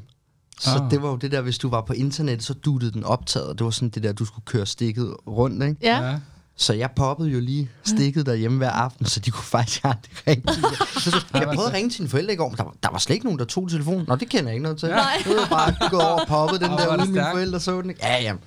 Så
Ah.
ah. det var jo det der, hvis du var på internet, så duttede den optaget. Det var sådan det der, du skulle køre stikket rundt, ikke?
Ja.
ja.
Så jeg poppede jo lige stikket derhjemme hver aften, så de kunne faktisk aldrig ringe. til mig. Så, så, jeg prøvede at ringe til en forældre i går, men der, var- der var slet ikke nogen, der tog telefonen. Nå, det kender jeg ikke noget til.
Nej.
Det var bare gået over og poppet den
Åh,
der,
hvor er det
uden mine
stærkt.
forældre så den. ikke. Ja, jamen.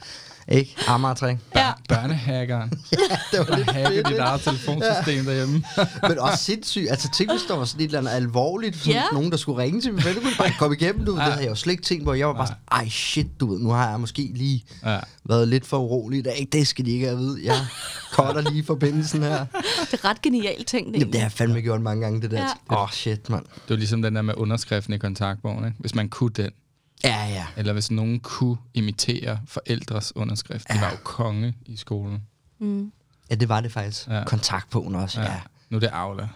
Ikke? Amager 3.
ja.
Børnehackeren.
Det var lidt
Der hacker
fedt,
dit
ikke?
eget telefonsystem derhjemme.
Men også sindssygt. Altså, tænk hvis der var sådan et eller andet alvorligt, sådan
Ja.
yeah. nogen, der skulle ringe til min ven, kunne bare komme igennem, du ved. Det havde jeg jo slet ikke tænkt på. Jeg var bare sådan, ej shit, du ved, nu har jeg måske lige
Ja.
været lidt for urolig i dag. Det skal de ikke have at vide. Jeg cutter lige forbindelsen her.
Det er ret genialt tænkt,
Jamen, det har
egentlig.
jeg fandme gjort mange gange, det der.
Ja.
Åh, ja. oh, shit, mand.
Det var ligesom den der med underskriften i kontaktbogen, ikke? Hvis man kunne den,
Ja, ja.
eller hvis nogen kunne imitere forældres underskrift. De var jo konge i skolen.
Ja, det var det faktisk.
Ja.
Ja. Kontaktbogen også, ja. ja.
Nu er det Aula.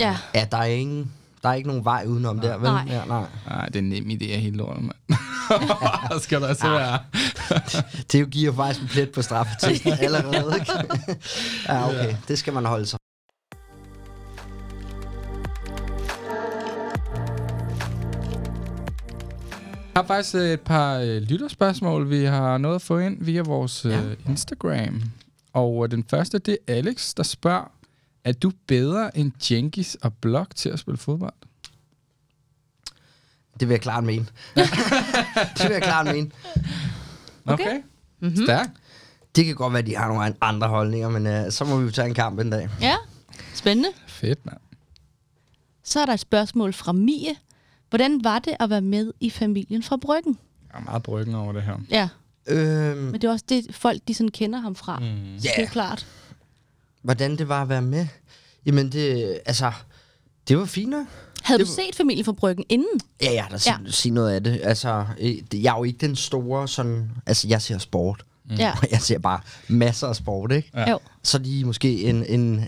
Ja.
Ja, der er ingen... Der er ikke nogen vej udenom der, vel?
Nej.
Ja, nej.
Nej, det er en nem idé af hele lortet, mand. skal der altså være.
Det jo giver faktisk en plet på straffetesten allerede, ikke? ja, okay. Det skal man holde sig.
Jeg har faktisk øh, et par øh, lytterspørgsmål, vi har nået at få ind via vores øh, ja. Instagram. Og øh, den første, det er Alex, der spørger, er du bedre end Jenkins og Block til at spille fodbold?
Det vil jeg klart mene. det vil jeg klart mene.
Okay.
Mm-hmm. Stærk.
Det kan godt være, at de har nogle andre holdninger, men uh, så må vi jo tage en kamp en dag.
ja. Spændende.
Fedt, mand.
Så er der et spørgsmål fra Mie. Hvordan var det at være med i familien fra Bryggen?
Jeg er meget bryggen over det her.
Ja,
Øhm,
men det er også det, folk de sådan kender ham fra. Mm.
Ja.
Det er klart.
hvordan det var at være med? Jamen, det... Altså... Det var fint nok.
Havde
Det
du
var-
set familien fra Bryggen inden?
Ja, jeg har da
Ja.
ja. sige noget af det. Altså, øh, det- jeg er jo ikke den store sådan... Altså, jeg ser sport.
Mm. Ja.
Jeg ser bare masser af sport, ikke?
ja. Jo.
Så lige måske en, en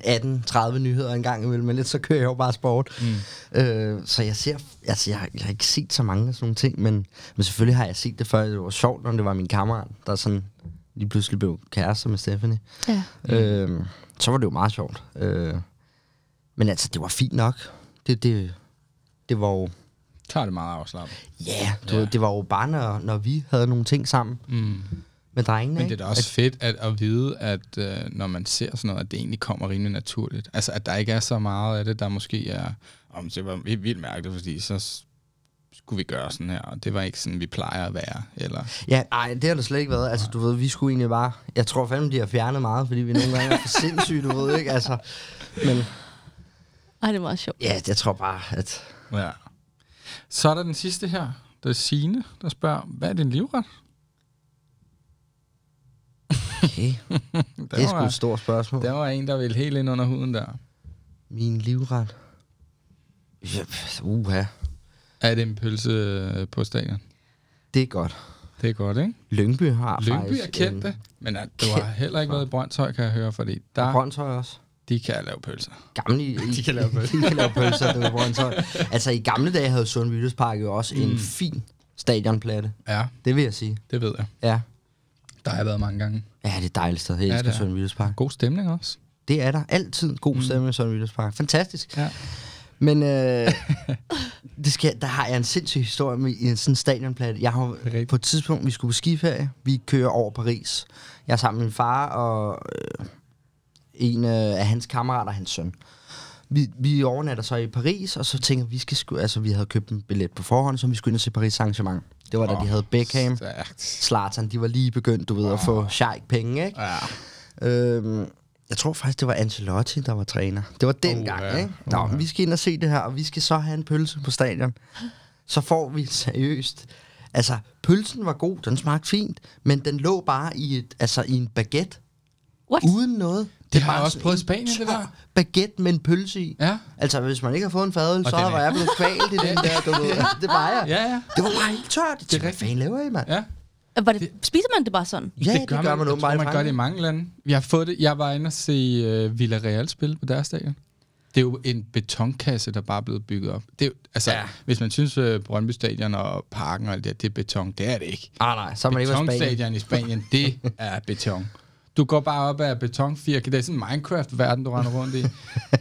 18-30 nyheder en gang imellem, men lidt, så kører jeg jo bare sport. Mm. Øh, så jeg ser, altså jeg, jeg har ikke set så mange af sådan nogle ting, men, men selvfølgelig har jeg set det før. Det var sjovt, når det var min kammerat, der sådan lige pludselig blev kærester med Stephanie.
Ja.
Mm. Øh, så var det jo meget sjovt. Øh, men altså, det var fint nok. Det, det, det var jo
Tager det meget afslappet.
Ja, du ved, det var jo bare, når, når vi havde nogle ting sammen mm. med drengene.
Men det er
ikke?
da også fedt at, at vide, at øh, når man ser sådan noget, at det egentlig kommer rimelig naturligt. Altså, at der ikke er så meget af det, der måske er... Om det var vi- vildt mærkeligt, fordi så s- skulle vi gøre sådan her, og det var ikke sådan, vi plejer at være. Eller,
Ja, nej, det har det slet ikke været. Altså, du ved, vi skulle egentlig bare... Jeg tror fandme, de har fjernet meget, fordi vi nogle gange er for sindssyge, du ved, ikke? Altså, men
Ej, det var meget sjovt.
ja, jeg tror bare, at...
ja. Så er der den sidste her, der er Signe, der spørger, hvad er din livret?
Okay,
Der
det er sgu
var,
et stort spørgsmål.
der var en, der ville helt ind under huden der.
Min livret. Ja, Uha,
Er det en pølse øh, på stadion?
det er godt.
Det er godt, ikke?
Lyngby har
Lyngby
faktisk...
er kendt det, men at du har
kendt
heller ikke været i Brøndshøj, kan jeg høre, fordi
En,
der,
Brøndshøj også.
de kan lave pølser.
gamle... I,
De kan lave pølser.
de kan lave pølser, det var Brøndshøj. Altså, i gamle dage havde Sund Vildespark jo også mm. en fin stadionplatte.
Ja,
Det vil jeg sige,
det ved jeg.
ja.
Der har jeg været mange gange.
Ja, det er et dejligt sted. Jeg
Ja,
elsker
det er.
ja, Søren Vildes Park.
God stemning også.
Det er der altid en god stemning i Søren Vildes Park. Fantastisk.
Ja.
Men øh, det skal, der har jeg en sindssyg historie med i en sådan stadionplatte. Jeg har
rigtigt.
på et tidspunkt, vi skulle på skiferie. Vi kører over Paris. Jeg er sammen med min far og øh, en øh, af hans kammerater og hans søn. Vi, vi overnatter så i Paris, og så tænker vi, vi skal sku, altså, vi havde købt en billet på forhånd, så vi skulle ind og se Paris Saint-Germain. Det var da oh, de havde Beckham.
Stærkt.
Zlatan, de var lige begyndt, du ved, at
Ah.
få sheik penge, ikke?
Ja.
Øhm, jeg tror faktisk, det var Ancelotti, der var træner. Det var dengang,
Uha,
uh, ikke? Nå,
uha.
uh. vi skal ind og se det her, og vi skal så have en pølse på stadion. Så får vi seriøst... Altså, pølsen var god, den smagte fint, men den lå bare i, et, altså, i en baguette,
What?
uden noget.
Det
er
har jeg
bare
også
sådan
prøvet
en
i Spanien, det
tør
der.
baguette med en pølse i.
Ja.
Altså, hvis man ikke har fået en fadøl, så
den er-
var jeg blevet kvalt i den der, du ved. Det var jeg.
Ja, ja.
Det var bare helt tørt. Det er
rigtigt.
Hvad fanden laver I, mand?
Ja,
Var det, spiser man det bare sådan?
Ja, det gør man
Jeg
åbenbart i
tror, man gør det i
Frankrig.
mange lande. Jeg, har fået det. jeg var inde og se uh, Villarreal spille på deres stadion. Det er jo en betonkasse, der bare er blevet bygget op. Det er, jo- altså, ja. Hvis man synes, uh, Brøndby Stadion og parken og alt det, her, det er beton, det er det ikke.
Ah, nej, så er man ikke i Spanien.
Betonstadion i Spanien, det er beton. Du går bare op af betonfirk. Det er sådan en Minecraft-verden, du render rundt i.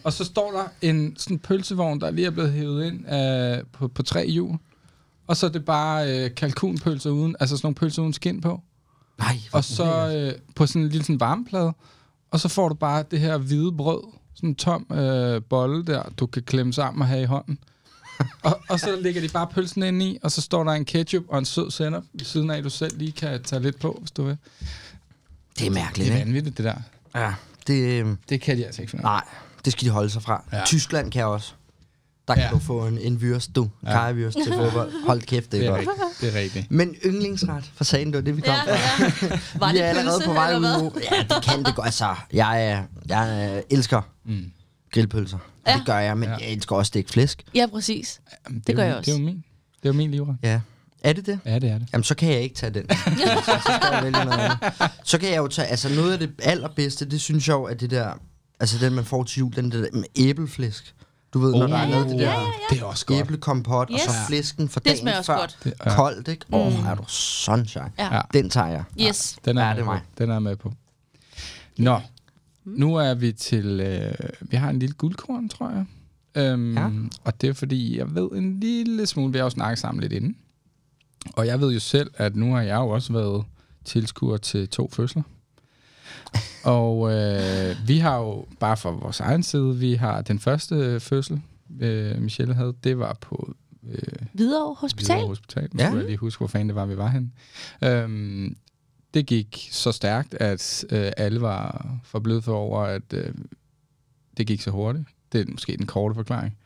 og så står der en sådan pølsevogn, der lige er blevet hævet ind øh, på, på tre hjul. Og så er det bare øh, kalkunpølser uden, altså sådan nogle pølser uden skin på.
Nej, hvor
Og så øh, på sådan en lille sådan varmeplade. Og så får du bare det her hvide brød. Sådan en tom øh, bolle der, du kan klemme sammen og have i hånden. og, og så lægger de bare pølsen ind i, og så står der en ketchup og en sød sennep ved siden af, du selv lige kan tage lidt på, hvis du vil.
Det er
Det
mærkeligt,
er
ikke?
vanvittigt, det der.
Ja, det, øhm,
Det kan de altså ikke finde ud af.
nej, det skal de holde sig fra.
Ja.
Ja. Tyskland kan også. Der kan
Ja.
ja. du få en, en vyrst, du. Ja. Kajevyrst til fodbold. Hold kæft, det
Det
er
er
godt.
rigtigt. Det er rigtigt.
Men yndlingsret for sagen, det var det, vi kom fra.
Var
vi
det
er allerede
pølse,
på vej
eller
ud
hvad?
nu. Ja, det kan det godt. Altså, jeg, øh, jeg øh, elsker
Mm.
grillpølser.
Ja.
Ja. Det gør jeg, men
Ja.
ja. jeg elsker også stegt flæsk.
Ja, præcis.
Jamen, det,
Det
er
gør
jo-
jeg også.
Det er jo min. Det er jo min livret.
Ja. Er det det?
Ja, det er det.
Jamen, så kan jeg ikke tage den. så, skal jeg vælge noget andet. så kan jeg jo tage... Altså, noget af det allerbedste, det synes jeg jo, at det der... Altså, den, man får til jul, den der med æbleflæsk. Du ved, oh, når der er lavet det der...
det er også godt.
æblekompot, yes. og så
Yes.
flæsken for
Det
dagen
smager også
før.
godt.
Det er-
er. Koldt, ikke? Åh, mm. oh, er du sunshine.
Ja. Ja.
Den tager jeg.
Yes.
Den er,
Ja,
ja,
det
det
er mig. Mm.
På. Den er jeg med på. Nå, nu er vi til... Øh, vi har en lille guldkorn, tror jeg. Øhm, ja.
Ja.
Og det er fordi, jeg ved en lille smule... Vi har jo snakket sammen lidt inden. Og jeg ved jo selv, at nu har jeg jo også været tilskuer til to fødsler. og øh, vi har jo, bare fra vores egen side, vi har den første øh, fødsel, øh, Michelle havde, det var på øh,
Hvidovre Hospital.
Hvidovre Hospital. Nu
Ja.
skulle jeg lige huske, hvor fanden det var, vi var henne. Øhm, det gik så stærkt, at øh, alle var forblødt for over, at øh, det gik så hurtigt. Det er måske den korte forklaring.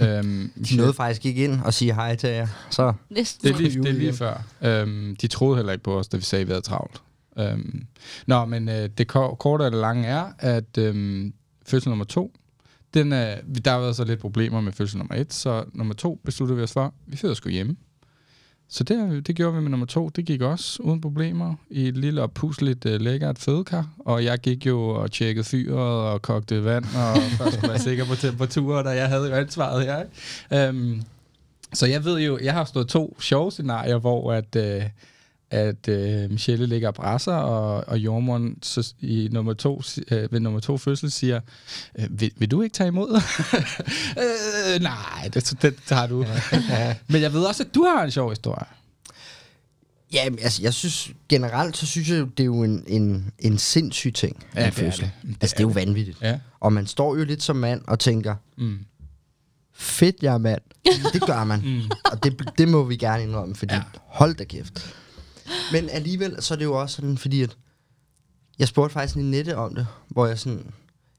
øhm,
De nåede faktisk ikke ind og sige hej til jer. Så
Næsten.
det er lige, det er lige før. Øhm, de troede heller ikke på os, da vi sagde, at vi havde travlt. Øhm, nå, men øh, det ko- korte og det lange er, at øhm, fødsel nummer to, den, øh, der har været så lidt problemer med fødsel nummer et, så nummer to besluttede vi os for, vi føder sgu hjemme. Så det, det gjorde vi med nummer to. Det gik også uden problemer i et lille og pusligt øh, lækkert fødekar. Og jeg gik jo og tjekkede fyret og kogte vand, og først skulle være sikker på temperaturen, og jeg havde jo ansvaret her. Ikke? Øhm, så jeg ved jo, jeg har stået to sjove scenarier, hvor at, øh, at øh, Michelle ligger og brasser, og, og jordmoren så, i nummer to, si- øh, ved nummer to fødsel siger, øh, vil, vil du ikke tage imod? øh, nej, det, det tager du. Men jeg ved også, at du har en sjov historie.
ja, altså, jeg synes generelt, så synes jeg, jo, det er jo en, en, en sindssyg ting.
Ja,
en
det er
fødsel.
det. Det
Altså, det er jo vanvittigt.
Ja.
Og man står jo lidt som mand og tænker,
Mm.
fedt jeg er mand. Det gør man. mm. Og det, det må vi gerne indrømme, fordi ja. hold da kæft. Men alligevel, så er det jo også sådan, fordi at jeg spurgte faktisk Ninette om det, hvor jeg sådan,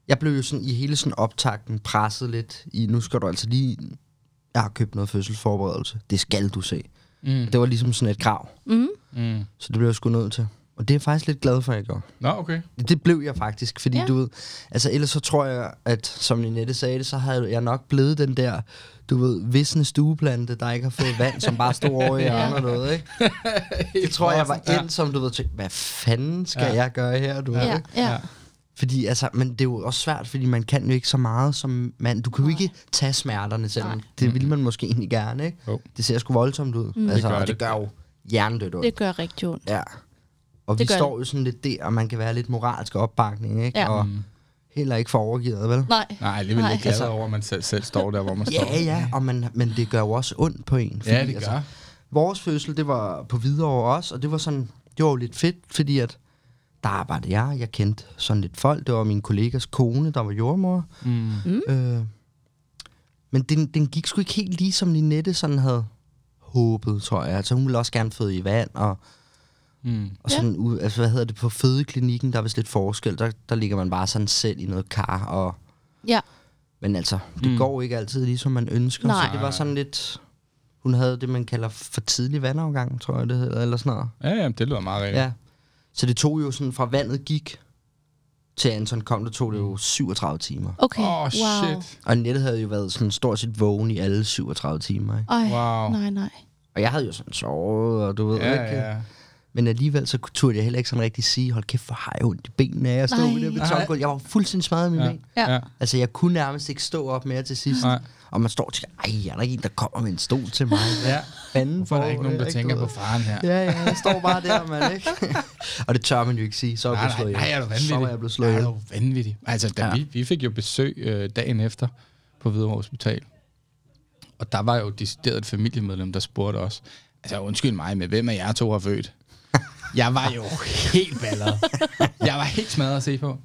jeg blev jo sådan i hele sådan optakten presset lidt i, nu skal du altså lige, jeg har købt noget fødselsforberedelse, det skal du se.
Mm.
Det var ligesom sådan et krav,
Mm.
Mm.
så det blev jeg sgu nødt til. Og det er jeg faktisk lidt glad for, at jeg gjorde.
Nå, okay.
Det blev jeg faktisk, fordi
Ja.
ja. du ved, altså ellers så tror jeg, at som Ninette sagde det, så havde jeg nok blevet den der, du ved, visne stueplante, der ikke har fået vand, som bare stod over i hjørnet og noget, ikke? Det tror jeg var
Ja.
endt som, du ved, tænkte, hvad fanden skal
Ja.
ja. jeg gøre her, du ved,
Ja,
ikke?
ja.
Fordi altså, men det er jo også svært, fordi man kan jo ikke så meget som man, du kan jo ikke tage smerterne selv,
Nej.
det ville man måske egentlig gerne, ikke?
Jo.
Det ser sgu voldsomt ud, mm. altså,
Det
det
gør
og det
det.
gør jo hjernedødt ud.
Det gør rigtig ondt.
Ja. Og
Det
det
gør
vi står jo sådan lidt der, og man kan være lidt moralsk opbakning, ikke?
Ja.
Og
Mm.
heller ikke for overgivet, vel?
Nej.
Nej, alligevel
Nej.
ikke glad
Altså-
over, at man selv, selv står der, hvor man står.
Ja, ja, og man, men det gør jo også ondt på en. altså,
Ja, det gør.
vores fødsel, det var på Hvidovre også, og det var sådan, det var jo lidt fedt, fordi at der arbejdede jeg, jeg kendte sådan lidt folk, det var min kollegas kone, der var jordmor.
Mm.
Mm. Øh, men den, den gik sgu ikke helt lige, som Ninette sådan havde håbet, tror jeg. Altså, hun ville også gerne føde i vand, og,
Mm.
og
Ja.
sådan ud, altså, hvad hedder det, på fødeklinikken, der er vist lidt forskel, der, der ligger man bare sådan selv i noget kar, og,
Ja.
men altså, det
Mm.
mm. går ikke altid lige som man ønsker,
Nej.
så det var sådan lidt, hun havde det, man kalder for tidlig vandafgang, tror jeg det hedder, eller sådan noget.
Ja, ja, det lyder meget rigtigt.
Ja. Så det tog jo sådan, fra vandet gik til Anton kom, der tog det jo 37 timer.
Okay.
Åh, oh,
wow.
shit.
Og Nette havde jo været sådan stort set vågen i alle 37 timer, ikke?
Ej,
Wow.
nej, nej.
Og jeg havde jo sådan sovet, og du ved
Ja,
ikke.
ja.
Men alligevel så turde jeg heller ikke sådan rigtig sige, hold kæft, hvor har jeg ondt i benene af at stå
Nej.
ude der betongulv. Jeg var fuldstændig smadret i min
Ja.
ben.
Ja.
ja.
Altså, jeg kunne nærmest ikke stå op mere til sidst.
Nej.
Og man står og tænker, ej, er der ikke en, der kommer med en stol til mig?
ja.
Fanden
Hvorfor er der ikke nogen, der
det,
tænker
du
på
ved?
faren her?
Ja, ja, jeg står bare der, mand, ikke? og det tør man jo ikke sige, så er jeg
Nej,
blevet
nej, nej,
slået
er du
ihjel. Så
vanvittig?
er jeg blevet slået
Nej, er
ihjel.
du vanvittig? Altså, da ja.
Ja.
vi, vi fik jo besøg øh, dagen efter på Hvidovre Hospital, og der var jo decideret et familiemedlem, der spurgte os, altså undskyld mig, men hvem af jer to har født? Jeg var jo helt balleret. Jeg var helt smadret at se på.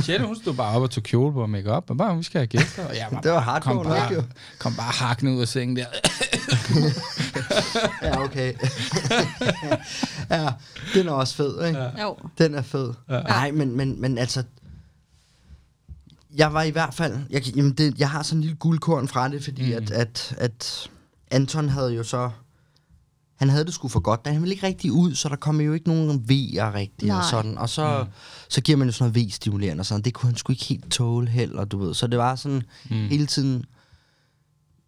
Sjælle, hun stod bare op og tog kjole på og make og bare, vi skal have gæster. Og jeg var,
Det var hardcore
kom
nok,
bare,
jo.
kom bare hakkende ud af sengen der.
Ja, okay. ja, den er også fed, ikke?
Jo.
Den er fed. Ja. Nej, men, men, men altså... Jeg var i hvert fald... Jeg, kan- jamen det, jeg har sådan en lille guldkorn fra det, fordi mm. at, at, at Anton havde jo så... Han havde det sgu for godt, men han ville ikke rigtig ud, så der kom jo ikke nogen V'er rigtigt
Nej.
og sådan. Og så, mm. så giver man jo sådan noget V-stimulerende og sådan. Det kunne han sgu ikke helt tåle heller, du ved. Så det var sådan mm. hele tiden...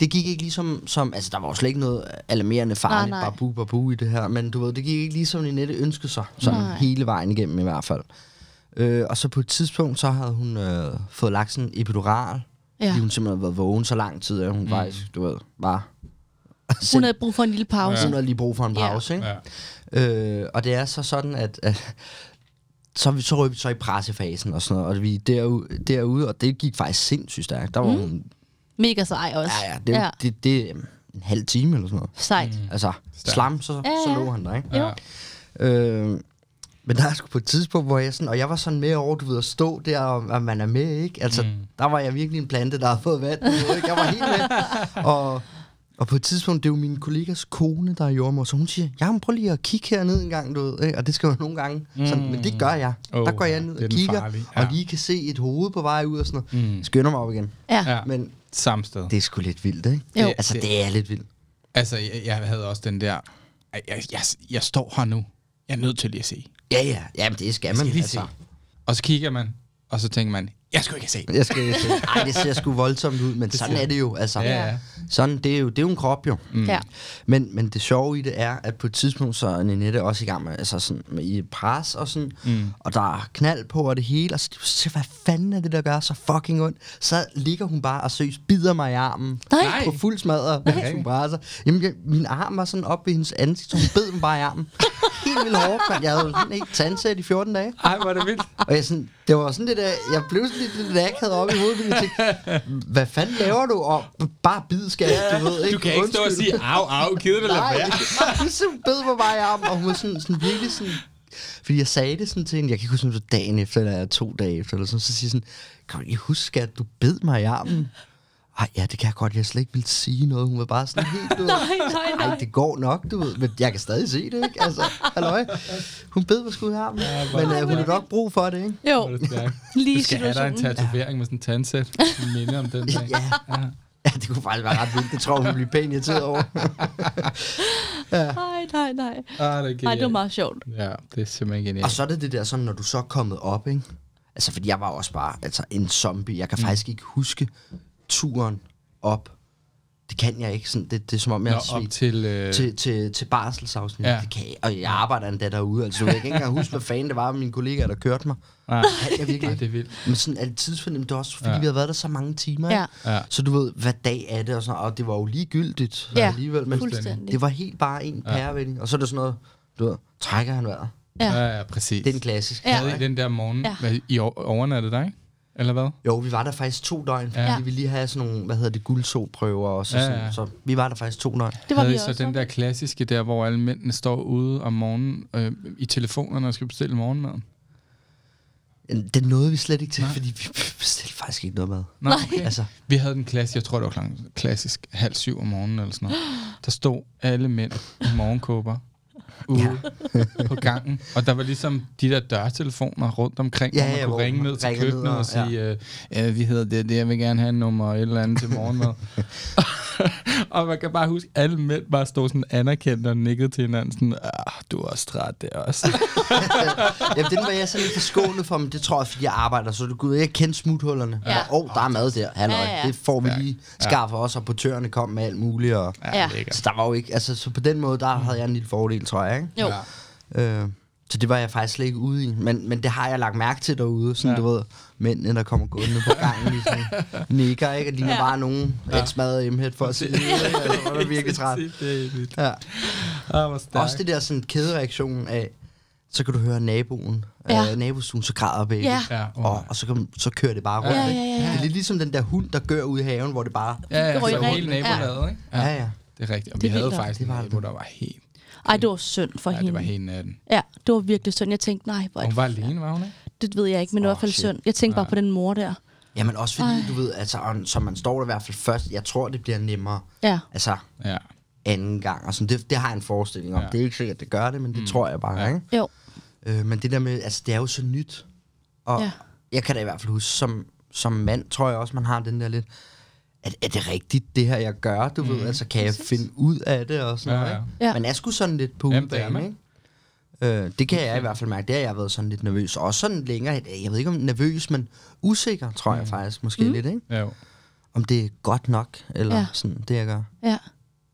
Det gik ikke ligesom som... Altså, der var jo slet ikke noget alarmerende farligt,
nej.
bare bu, babu i det her. Men du ved, det gik ikke ligesom Ninette ønskede sig. Sådan
Nej.
nej. hele vejen igennem i hvert fald. Øh, og så på et tidspunkt, så havde hun øh, fået lagt sådan en epidural.
Ja.
Ja. Fordi hun simpelthen havde været vågen så lang tid, at hun mm. faktisk, du ved, var...
Hun havde brug for en lille pause.
hun havde lige brug for en
Ja.
pause, ikke?
Ja.
Øh, og det er så sådan, at, at så, er vi, så røg vi så i pressefasen og sådan noget, og vi er derude, derude og det gik faktisk sindssygt stærkt. Der var mm. hun,
Mega sej også.
ja, ja, det, ja. det, det, det en halv time eller sådan noget.
Sejt.
Altså, slam, så,
Ja,
ja,
ja.
så lå han der,
Mm.
ikke?
Jo.
Øh, men der er sgu på et tidspunkt, hvor jeg sådan, og jeg var sådan med over, du ved, at stå der, og, og man er med, ikke? Altså, mm. der var jeg virkelig en plante, der havde fået vand, du ved, ikke? Jeg var helt med. Og, og på et tidspunkt, det er jo min kollegas kone, der er jordmor, så hun siger, ja, men prøv lige at kigge herned en gang, du ved, ikke? Og det skal man nogle gange, sådan, men det gør jeg.
Åh,
der går jeg
det
ned
er
og
den
kigger,
farlige,
og
ja.
lige kan se et hoved på vej ud og sådan noget. Mm. Skynder mig op igen.
Ja.
Ja.
Men
Samme sted.
det er sgu lidt vildt, ikke?
Jo.
Altså,
Det-
det er lidt vildt.
Altså, jeg, jeg havde også den der, "Ej, jeg, jeg, jeg står her nu. Jeg er nødt til lige at se.
Ja, ja. Jamen, det skal man.
Skal lige
altså.
se. Og så kigger man, og så tænker man, jeg skulle ikke have set.
Jeg skal ikke Ej, det ser sgu voldsomt ud, men sådan er det jo. Altså,
Ja, ja.
Sådan, det er jo, det er jo en krop jo. Mm.
Ja.
Men, men det sjove i det er, at på et tidspunkt, så er Ninette også i gang med, altså sådan, med i pres og sådan, mm. og der er knald på og det hele, og så, så hvad fanden er det, der gør så fucking ondt? Så ligger hun bare og søs, bider mig i armen.
Nej.
Nej.
På fuld smadret, mens hun presser. Jamen, jeg, min arm var sådan oppe ved hendes ansigt, så hun bed mig bare i armen. Helt vildt hårdt, mand. Jeg havde jo sådan ikke tandsæt i 14 dage.
Ej, hvor er det vildt.
Og jeg sådan, det var sådan lidt, af- jeg blev sådan lidt, lidt akavet op i hovedet, fordi jeg tænkte, hvad fanden laver du? Og b- bare bid, skal jeg, du ved ikke.
Du kan ikke stå og sige, au, au, gider det lade
nej,
være.
du sådan bed mig bare i armen, og hun var sådan, sådan virkelig sådan, fordi jeg sagde det sådan til hende, jeg kan ikke huske, om det var dagen efter, eller to dage efter, eller sådan, så siger jeg sådan, kan du ikke huske, at du bed mig i armen? Ej, ja, det kan jeg godt, jeg slet ikke ville sige noget, hun var bare sådan helt, du ved,
Nej, nej, nej.
ej, det går nok, du ved. Men jeg kan stadig se det, ikke? Altså, halløj. Hun bed mig sgu i armen. men øh, hun har nok brug for det, ikke?
Jo,
Hvor er det stærkt.
lige
Du skal have dig en
situationen.
tatovering med sådan en tandsæt. som minder om den dag.
Ja. ja, det kunne faktisk være ret vildt. Det tror jeg, hun bliver pænt irriteret over.
Nej, nej, nej.
Ah,
Nej,
det er
det var
genialt.
meget sjovt.
Ja, det er simpelthen
Og
genialt.
så er det det der sådan, når du så er kommet op, ikke? Altså, fordi jeg var også bare altså, en zombie. Jeg kan mm. faktisk ikke huske turen op. Det kan jeg ikke. Sådan, det, det er som om, jeg
Nå,
har
op
smidt
til... Øh,
til, til, til barselsafsnit.
Ja.
Ja. Det kan jeg. Og jeg arbejder endda derude. Altså, du kan ikke engang huske, hvad fanden det var med mine kollegaer, der kørte mig.
nej,
Kan jeg virkelig
nej,
ikke.
det er vildt.
Men sådan er det tidsfornemt, det er også fordi,
Ja.
ja. vi har været der så mange timer. ikke?
Ja.
Ja.
Så du ved, hvad dag er det og sådan noget. Og det var jo ligegyldigt
Ja,
alligevel. Men
fuldstændig.
det var helt bare en pærevælling. Og så er det sådan noget, du ved, trækker han vejret.
Ja.
Ja, ja, præcis.
Det er en klassisk.
Ja.
Havde I den der morgen,
Ja.
hvad, I o- overnattede der, ikke? Eller hvad?
Jo, vi var der faktisk to døgn, fordi
Ja.
ja. vi ville lige have sådan nogle, hvad hedder det, guldsoprøver og så,
Ja,
ja, ja.
ja.
Sådan, så vi var der faktisk to døgn.
Det var
havde
vi
I så
også.
den der klassiske der, hvor alle mændene står ude om morgenen øh, i telefonerne og skal bestille morgenmaden?
Det nåede vi slet ikke til, Nej. fordi vi bestilte faktisk ikke noget mad.
Nå,
Nej.
okay.
Altså,
Vi havde den klasse, jeg tror det var klokken klassisk halv syv om morgenen eller sådan noget. Der stod alle mænd i morgenkåber ude på gangen. Og der var ligesom de der dørtelefoner rundt omkring,
Ja,
ja, hvor man
ja,
kunne
hvor
ringe
man
ned til
ringede ned
køkkenet og
og- ja.
sige, ja. Øh, øh, vi hedder det, det, jeg vil gerne have en nummer et eller andet til morgenmad. og man kan bare huske, at alle mænd bare stod sådan anerkendt og nikkede til hinanden sådan, ah, du er også træt, det er også.
jamen, den var jeg sådan lidt forskånet for, men det tror jeg, fordi jeg arbejder, så det gud, jeg kendte smuthullerne. Åh,
Ja.
ja. oh, der er mad der, halløj.
Ja,
Ja,
ja.
ja. Det får vi lige skaffe os, og portørerne kom med alt muligt. Og,
Ja.
lækkert.
Så der var jo ikke, altså, så på den måde, der havde jeg en lille fordel, tror jeg, ikke?
Jo.
Ja.
Øh, så det var jeg faktisk slet ikke ude i. Men, men det har jeg lagt mærke til derude. Sådan,
Ja.
ja. du ved, mændene, der kommer gående på gangen, de sådan, nikker, ikke? Og ligner
Ja.
ja. bare nogen, ja. ikke smadret emhead for at sige, Altså, det, det, var virkelig træt.
Det er vildt.
Ja.
Ah, hvor stærkt.
Også det der sådan kædereaktionen af, så kan du høre naboen,
Ja.
ja. øh, nabostuen, så græder baby.
Ja.
Ja, åh,
Og, og så, kan, så kører det bare rundt.
Ja,
ikke?
ja, ja, ja.
Det er lidt ligesom den der hund, der gør ud i haven, hvor det bare...
Ja, ja,
Går i
så
ring.
hele nabolaget, ikke?
Ja, ja.
Det er rigtigt. Og
Det
vi
er
havde
vildt,
faktisk en
det var det.
nabo, der var helt...
Ej, det var synd for
Ja,
hende.
det var helt natten.
Ja, det var virkelig synd. Jeg tænkte, nej, hvor er
Og hun
det
var
forfærdeligt.
alene, var hun ikke?
Det ved jeg ikke, men det var i
Åh,
hvert fald
shit.
synd. Jeg tænkte bare på den mor der.
Jamen også fordi, du ved, altså, og, som man står der i hvert fald først, jeg tror, det bliver nemmere.
Ja.
Altså,
Ja.
anden gang. Altså, det, det har jeg en forestilling om.
Ja.
Ja. Det er ikke sikkert, at det gør det, men det mm. tror jeg bare.
Ja.
Ja. Ikke?
Jo.
Øh, men det der med, altså det er jo så nyt. Og
Ja.
ja. jeg kan da i hvert fald huske, som, som mand tror jeg også, man har den der lidt, at er det rigtigt, det her jeg gør, du mm. ved? Altså kan jeg finde ud af det og sådan
Ja,
ja, noget,
ja.
ikke?
Ja.
Ja. Man er sgu sådan lidt på
Jamen, det er
udebane,
man.
ikke? Øh, det kan jeg i hvert fald mærke, det har jeg været sådan lidt nervøs. Også sådan længere, jeg ved ikke om nervøs, men usikker, tror jeg faktisk, måske mm. lidt, ikke?
Jo.
Om det er godt nok, eller
Ja.
ja. sådan, det jeg gør.
ja.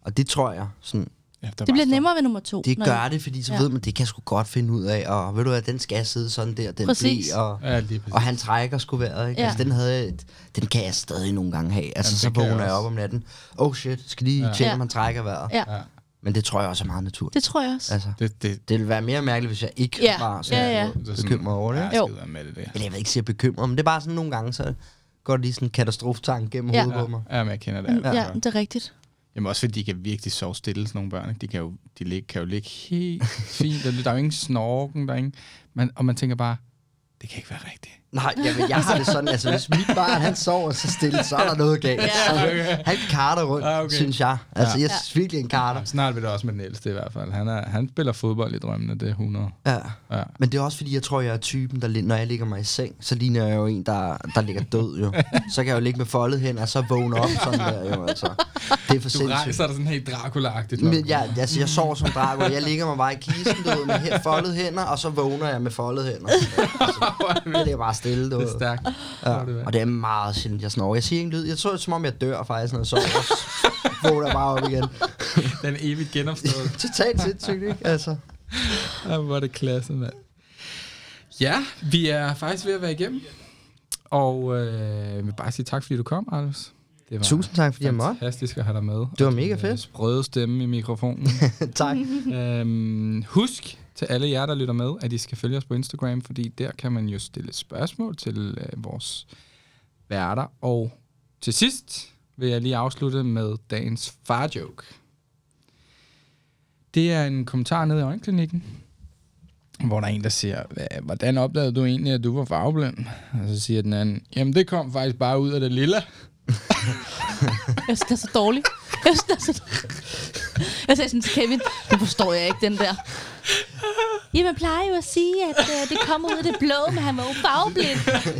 Og det tror jeg, sådan,
Ja, der
Det
var
bliver
så-
nemmere ved nummer to.
det
når
gør det, fordi så
Ja.
ja. ved man, det kan jeg sgu godt finde ud af, og ved du hvad, den skal sidde sådan der, den
Præcis.
blev, og,
Ja, lige præcis.
og han trækker sgu vejret, ikke?
Ja.
Ja. Altså, den, havde jeg et, den kan jeg stadig nogle gange have. Altså,
Jamen,
så
det kan jeg
vågner jeg
også.
op om natten. Oh shit, skal lige
Ja.
ja. tjekke,
Ja.
om han trækker vejret.
Ja.
Ja.
Ja.
Men det tror jeg også er meget naturligt.
Det tror jeg også.
Altså,
Det, det,
det ville være mere mærkeligt, hvis jeg ikke
Ja.
var
Ja,
sådan
ja.
noget
det er sådan-
bekymret over det.
Ja,
ikke?
jeg
Jo.
skider med det der.
Eller jeg ved ikke, sige bekymret, men det er bare sådan nogle gange, så går det lige sådan en katastrofetanke gennem
Ja.
ja. hovedet på mig.
Ja, men jeg kender det.
Men,
alt for
Mm, ja,
godt.
det er rigtigt.
Jamen også fordi de kan virkelig sove stille, sådan nogle børn. Ikke? De kan jo, de lig, kan jo ligge helt fint. og Der er jo ingen snorken, der er ingen... Man, og man tænker bare, det kan ikke være rigtigt.
Nej, jamen, jeg har det sådan, altså hvis mit barn han sover så stille, så er der noget galt.
Ja.
Ja, okay. Han karter rundt,
Ah,
ah,
okay.
okay. synes jeg. Altså
Ja.
ja. jeg synes virkelig en karter.
Ja, snart vil det også med den ældste i hvert fald. Han, er, han spiller fodbold i drømmene, det er 100.
Ja.
Ja.
Men det er også fordi, jeg tror, jeg er typen, der lig- når jeg ligger mig i seng, så ligner jeg jo en, der, der ligger død jo. Så kan jeg jo ligge med foldet hen, og så vågne op sådan der jo, altså. Det er for
Du
sindssygt.
rejser dig sådan helt Dracula-agtigt. når
Men
du-
jeg, altså, jeg sover som Dracula. Jeg ligger mig bare i kisten, du ved, med he- foldede hænder, og så vågner jeg med foldede hænder. Altså, jeg ligger bare stille, du
Det
ved.
er stærkt. Hvor er det
Ja. Og det er meget sjældent, jeg snorer. Jeg siger ingen lyd. Jeg tror, det er, som om jeg dør faktisk, når jeg sover. Og så vågner jeg bare op igen.
Den evigt genopstået.
Totalt sindssygt, ikke? Altså.
Ja, hvor er det klasse, mand. Ja, vi er faktisk ved at være igennem. Og øh, jeg vil bare sige tak, fordi du kom, Anders. Det var
Tusind tak, fordi jeg måtte.
fantastisk at have dig med.
Det var
Og
mega
din, øh,
fedt.
Sprøde stemme i mikrofonen.
tak.
øhm, husk til alle jer, der lytter med, at I skal følge os på Instagram, fordi der kan man jo stille spørgsmål til øh, vores værter. Og til sidst vil jeg lige afslutte med dagens farjoke. Det er en kommentar nede i øjenklinikken, hvor der er en, der siger, "Hva- hvordan opdagede du egentlig, at du var farveblind? Og så siger den anden, jamen det kom faktisk bare ud af det lille.
Jeg synes, det er så dårligt. Jeg synes, det er så Jeg sagde sådan til Kevin, det forstår jeg ikke, den der. Jamen, plejer jo at sige, at øh, det kommer ud af det blå, men han var jo farveblind.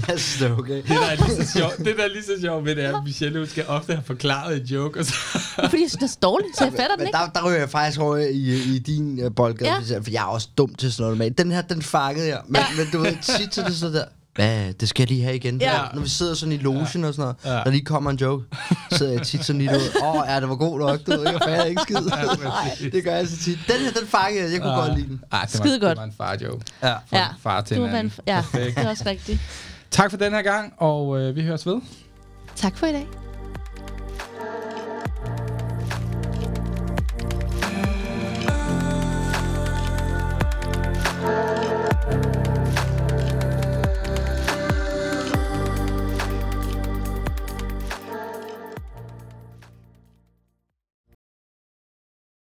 Jeg synes, det er okay.
Det, der er lige så sjovt, det, der er lige så sjovt ved det, er, at Michelle hun skal ofte have forklaret en joke, og så
Fordi jeg synes, det er så dårligt, så jeg fatter den
Men
ikke.
der, der ryger jeg faktisk over i, i din øh, boldgade,
Ja.
ja. for jeg er også dum til sådan noget. Men den her, den fangede jeg. Men, ja. men du ved, tit så er det sådan der, hvad, det skal jeg lige have igen.
Ja.
Ja. Når vi sidder sådan i logen ja. og sådan noget,
Ja.
ja. der lige kommer en joke, sidder jeg tit sådan lige ud. Åh, oh, ja, det var god nok, du ved ikke, jeg fatter ikke skid.
præcis.
det gør jeg så tit. Den her, den fangede jeg, jeg kunne godt lide den.
Ah, det var,
Skide godt.
Det var en far joke.
Ja.
Ja,
far til
du var
hinanden.
en- ja, det er også rigtigt.
Tak for den her gang, og øh, vi høres ved.
Tak for i dag.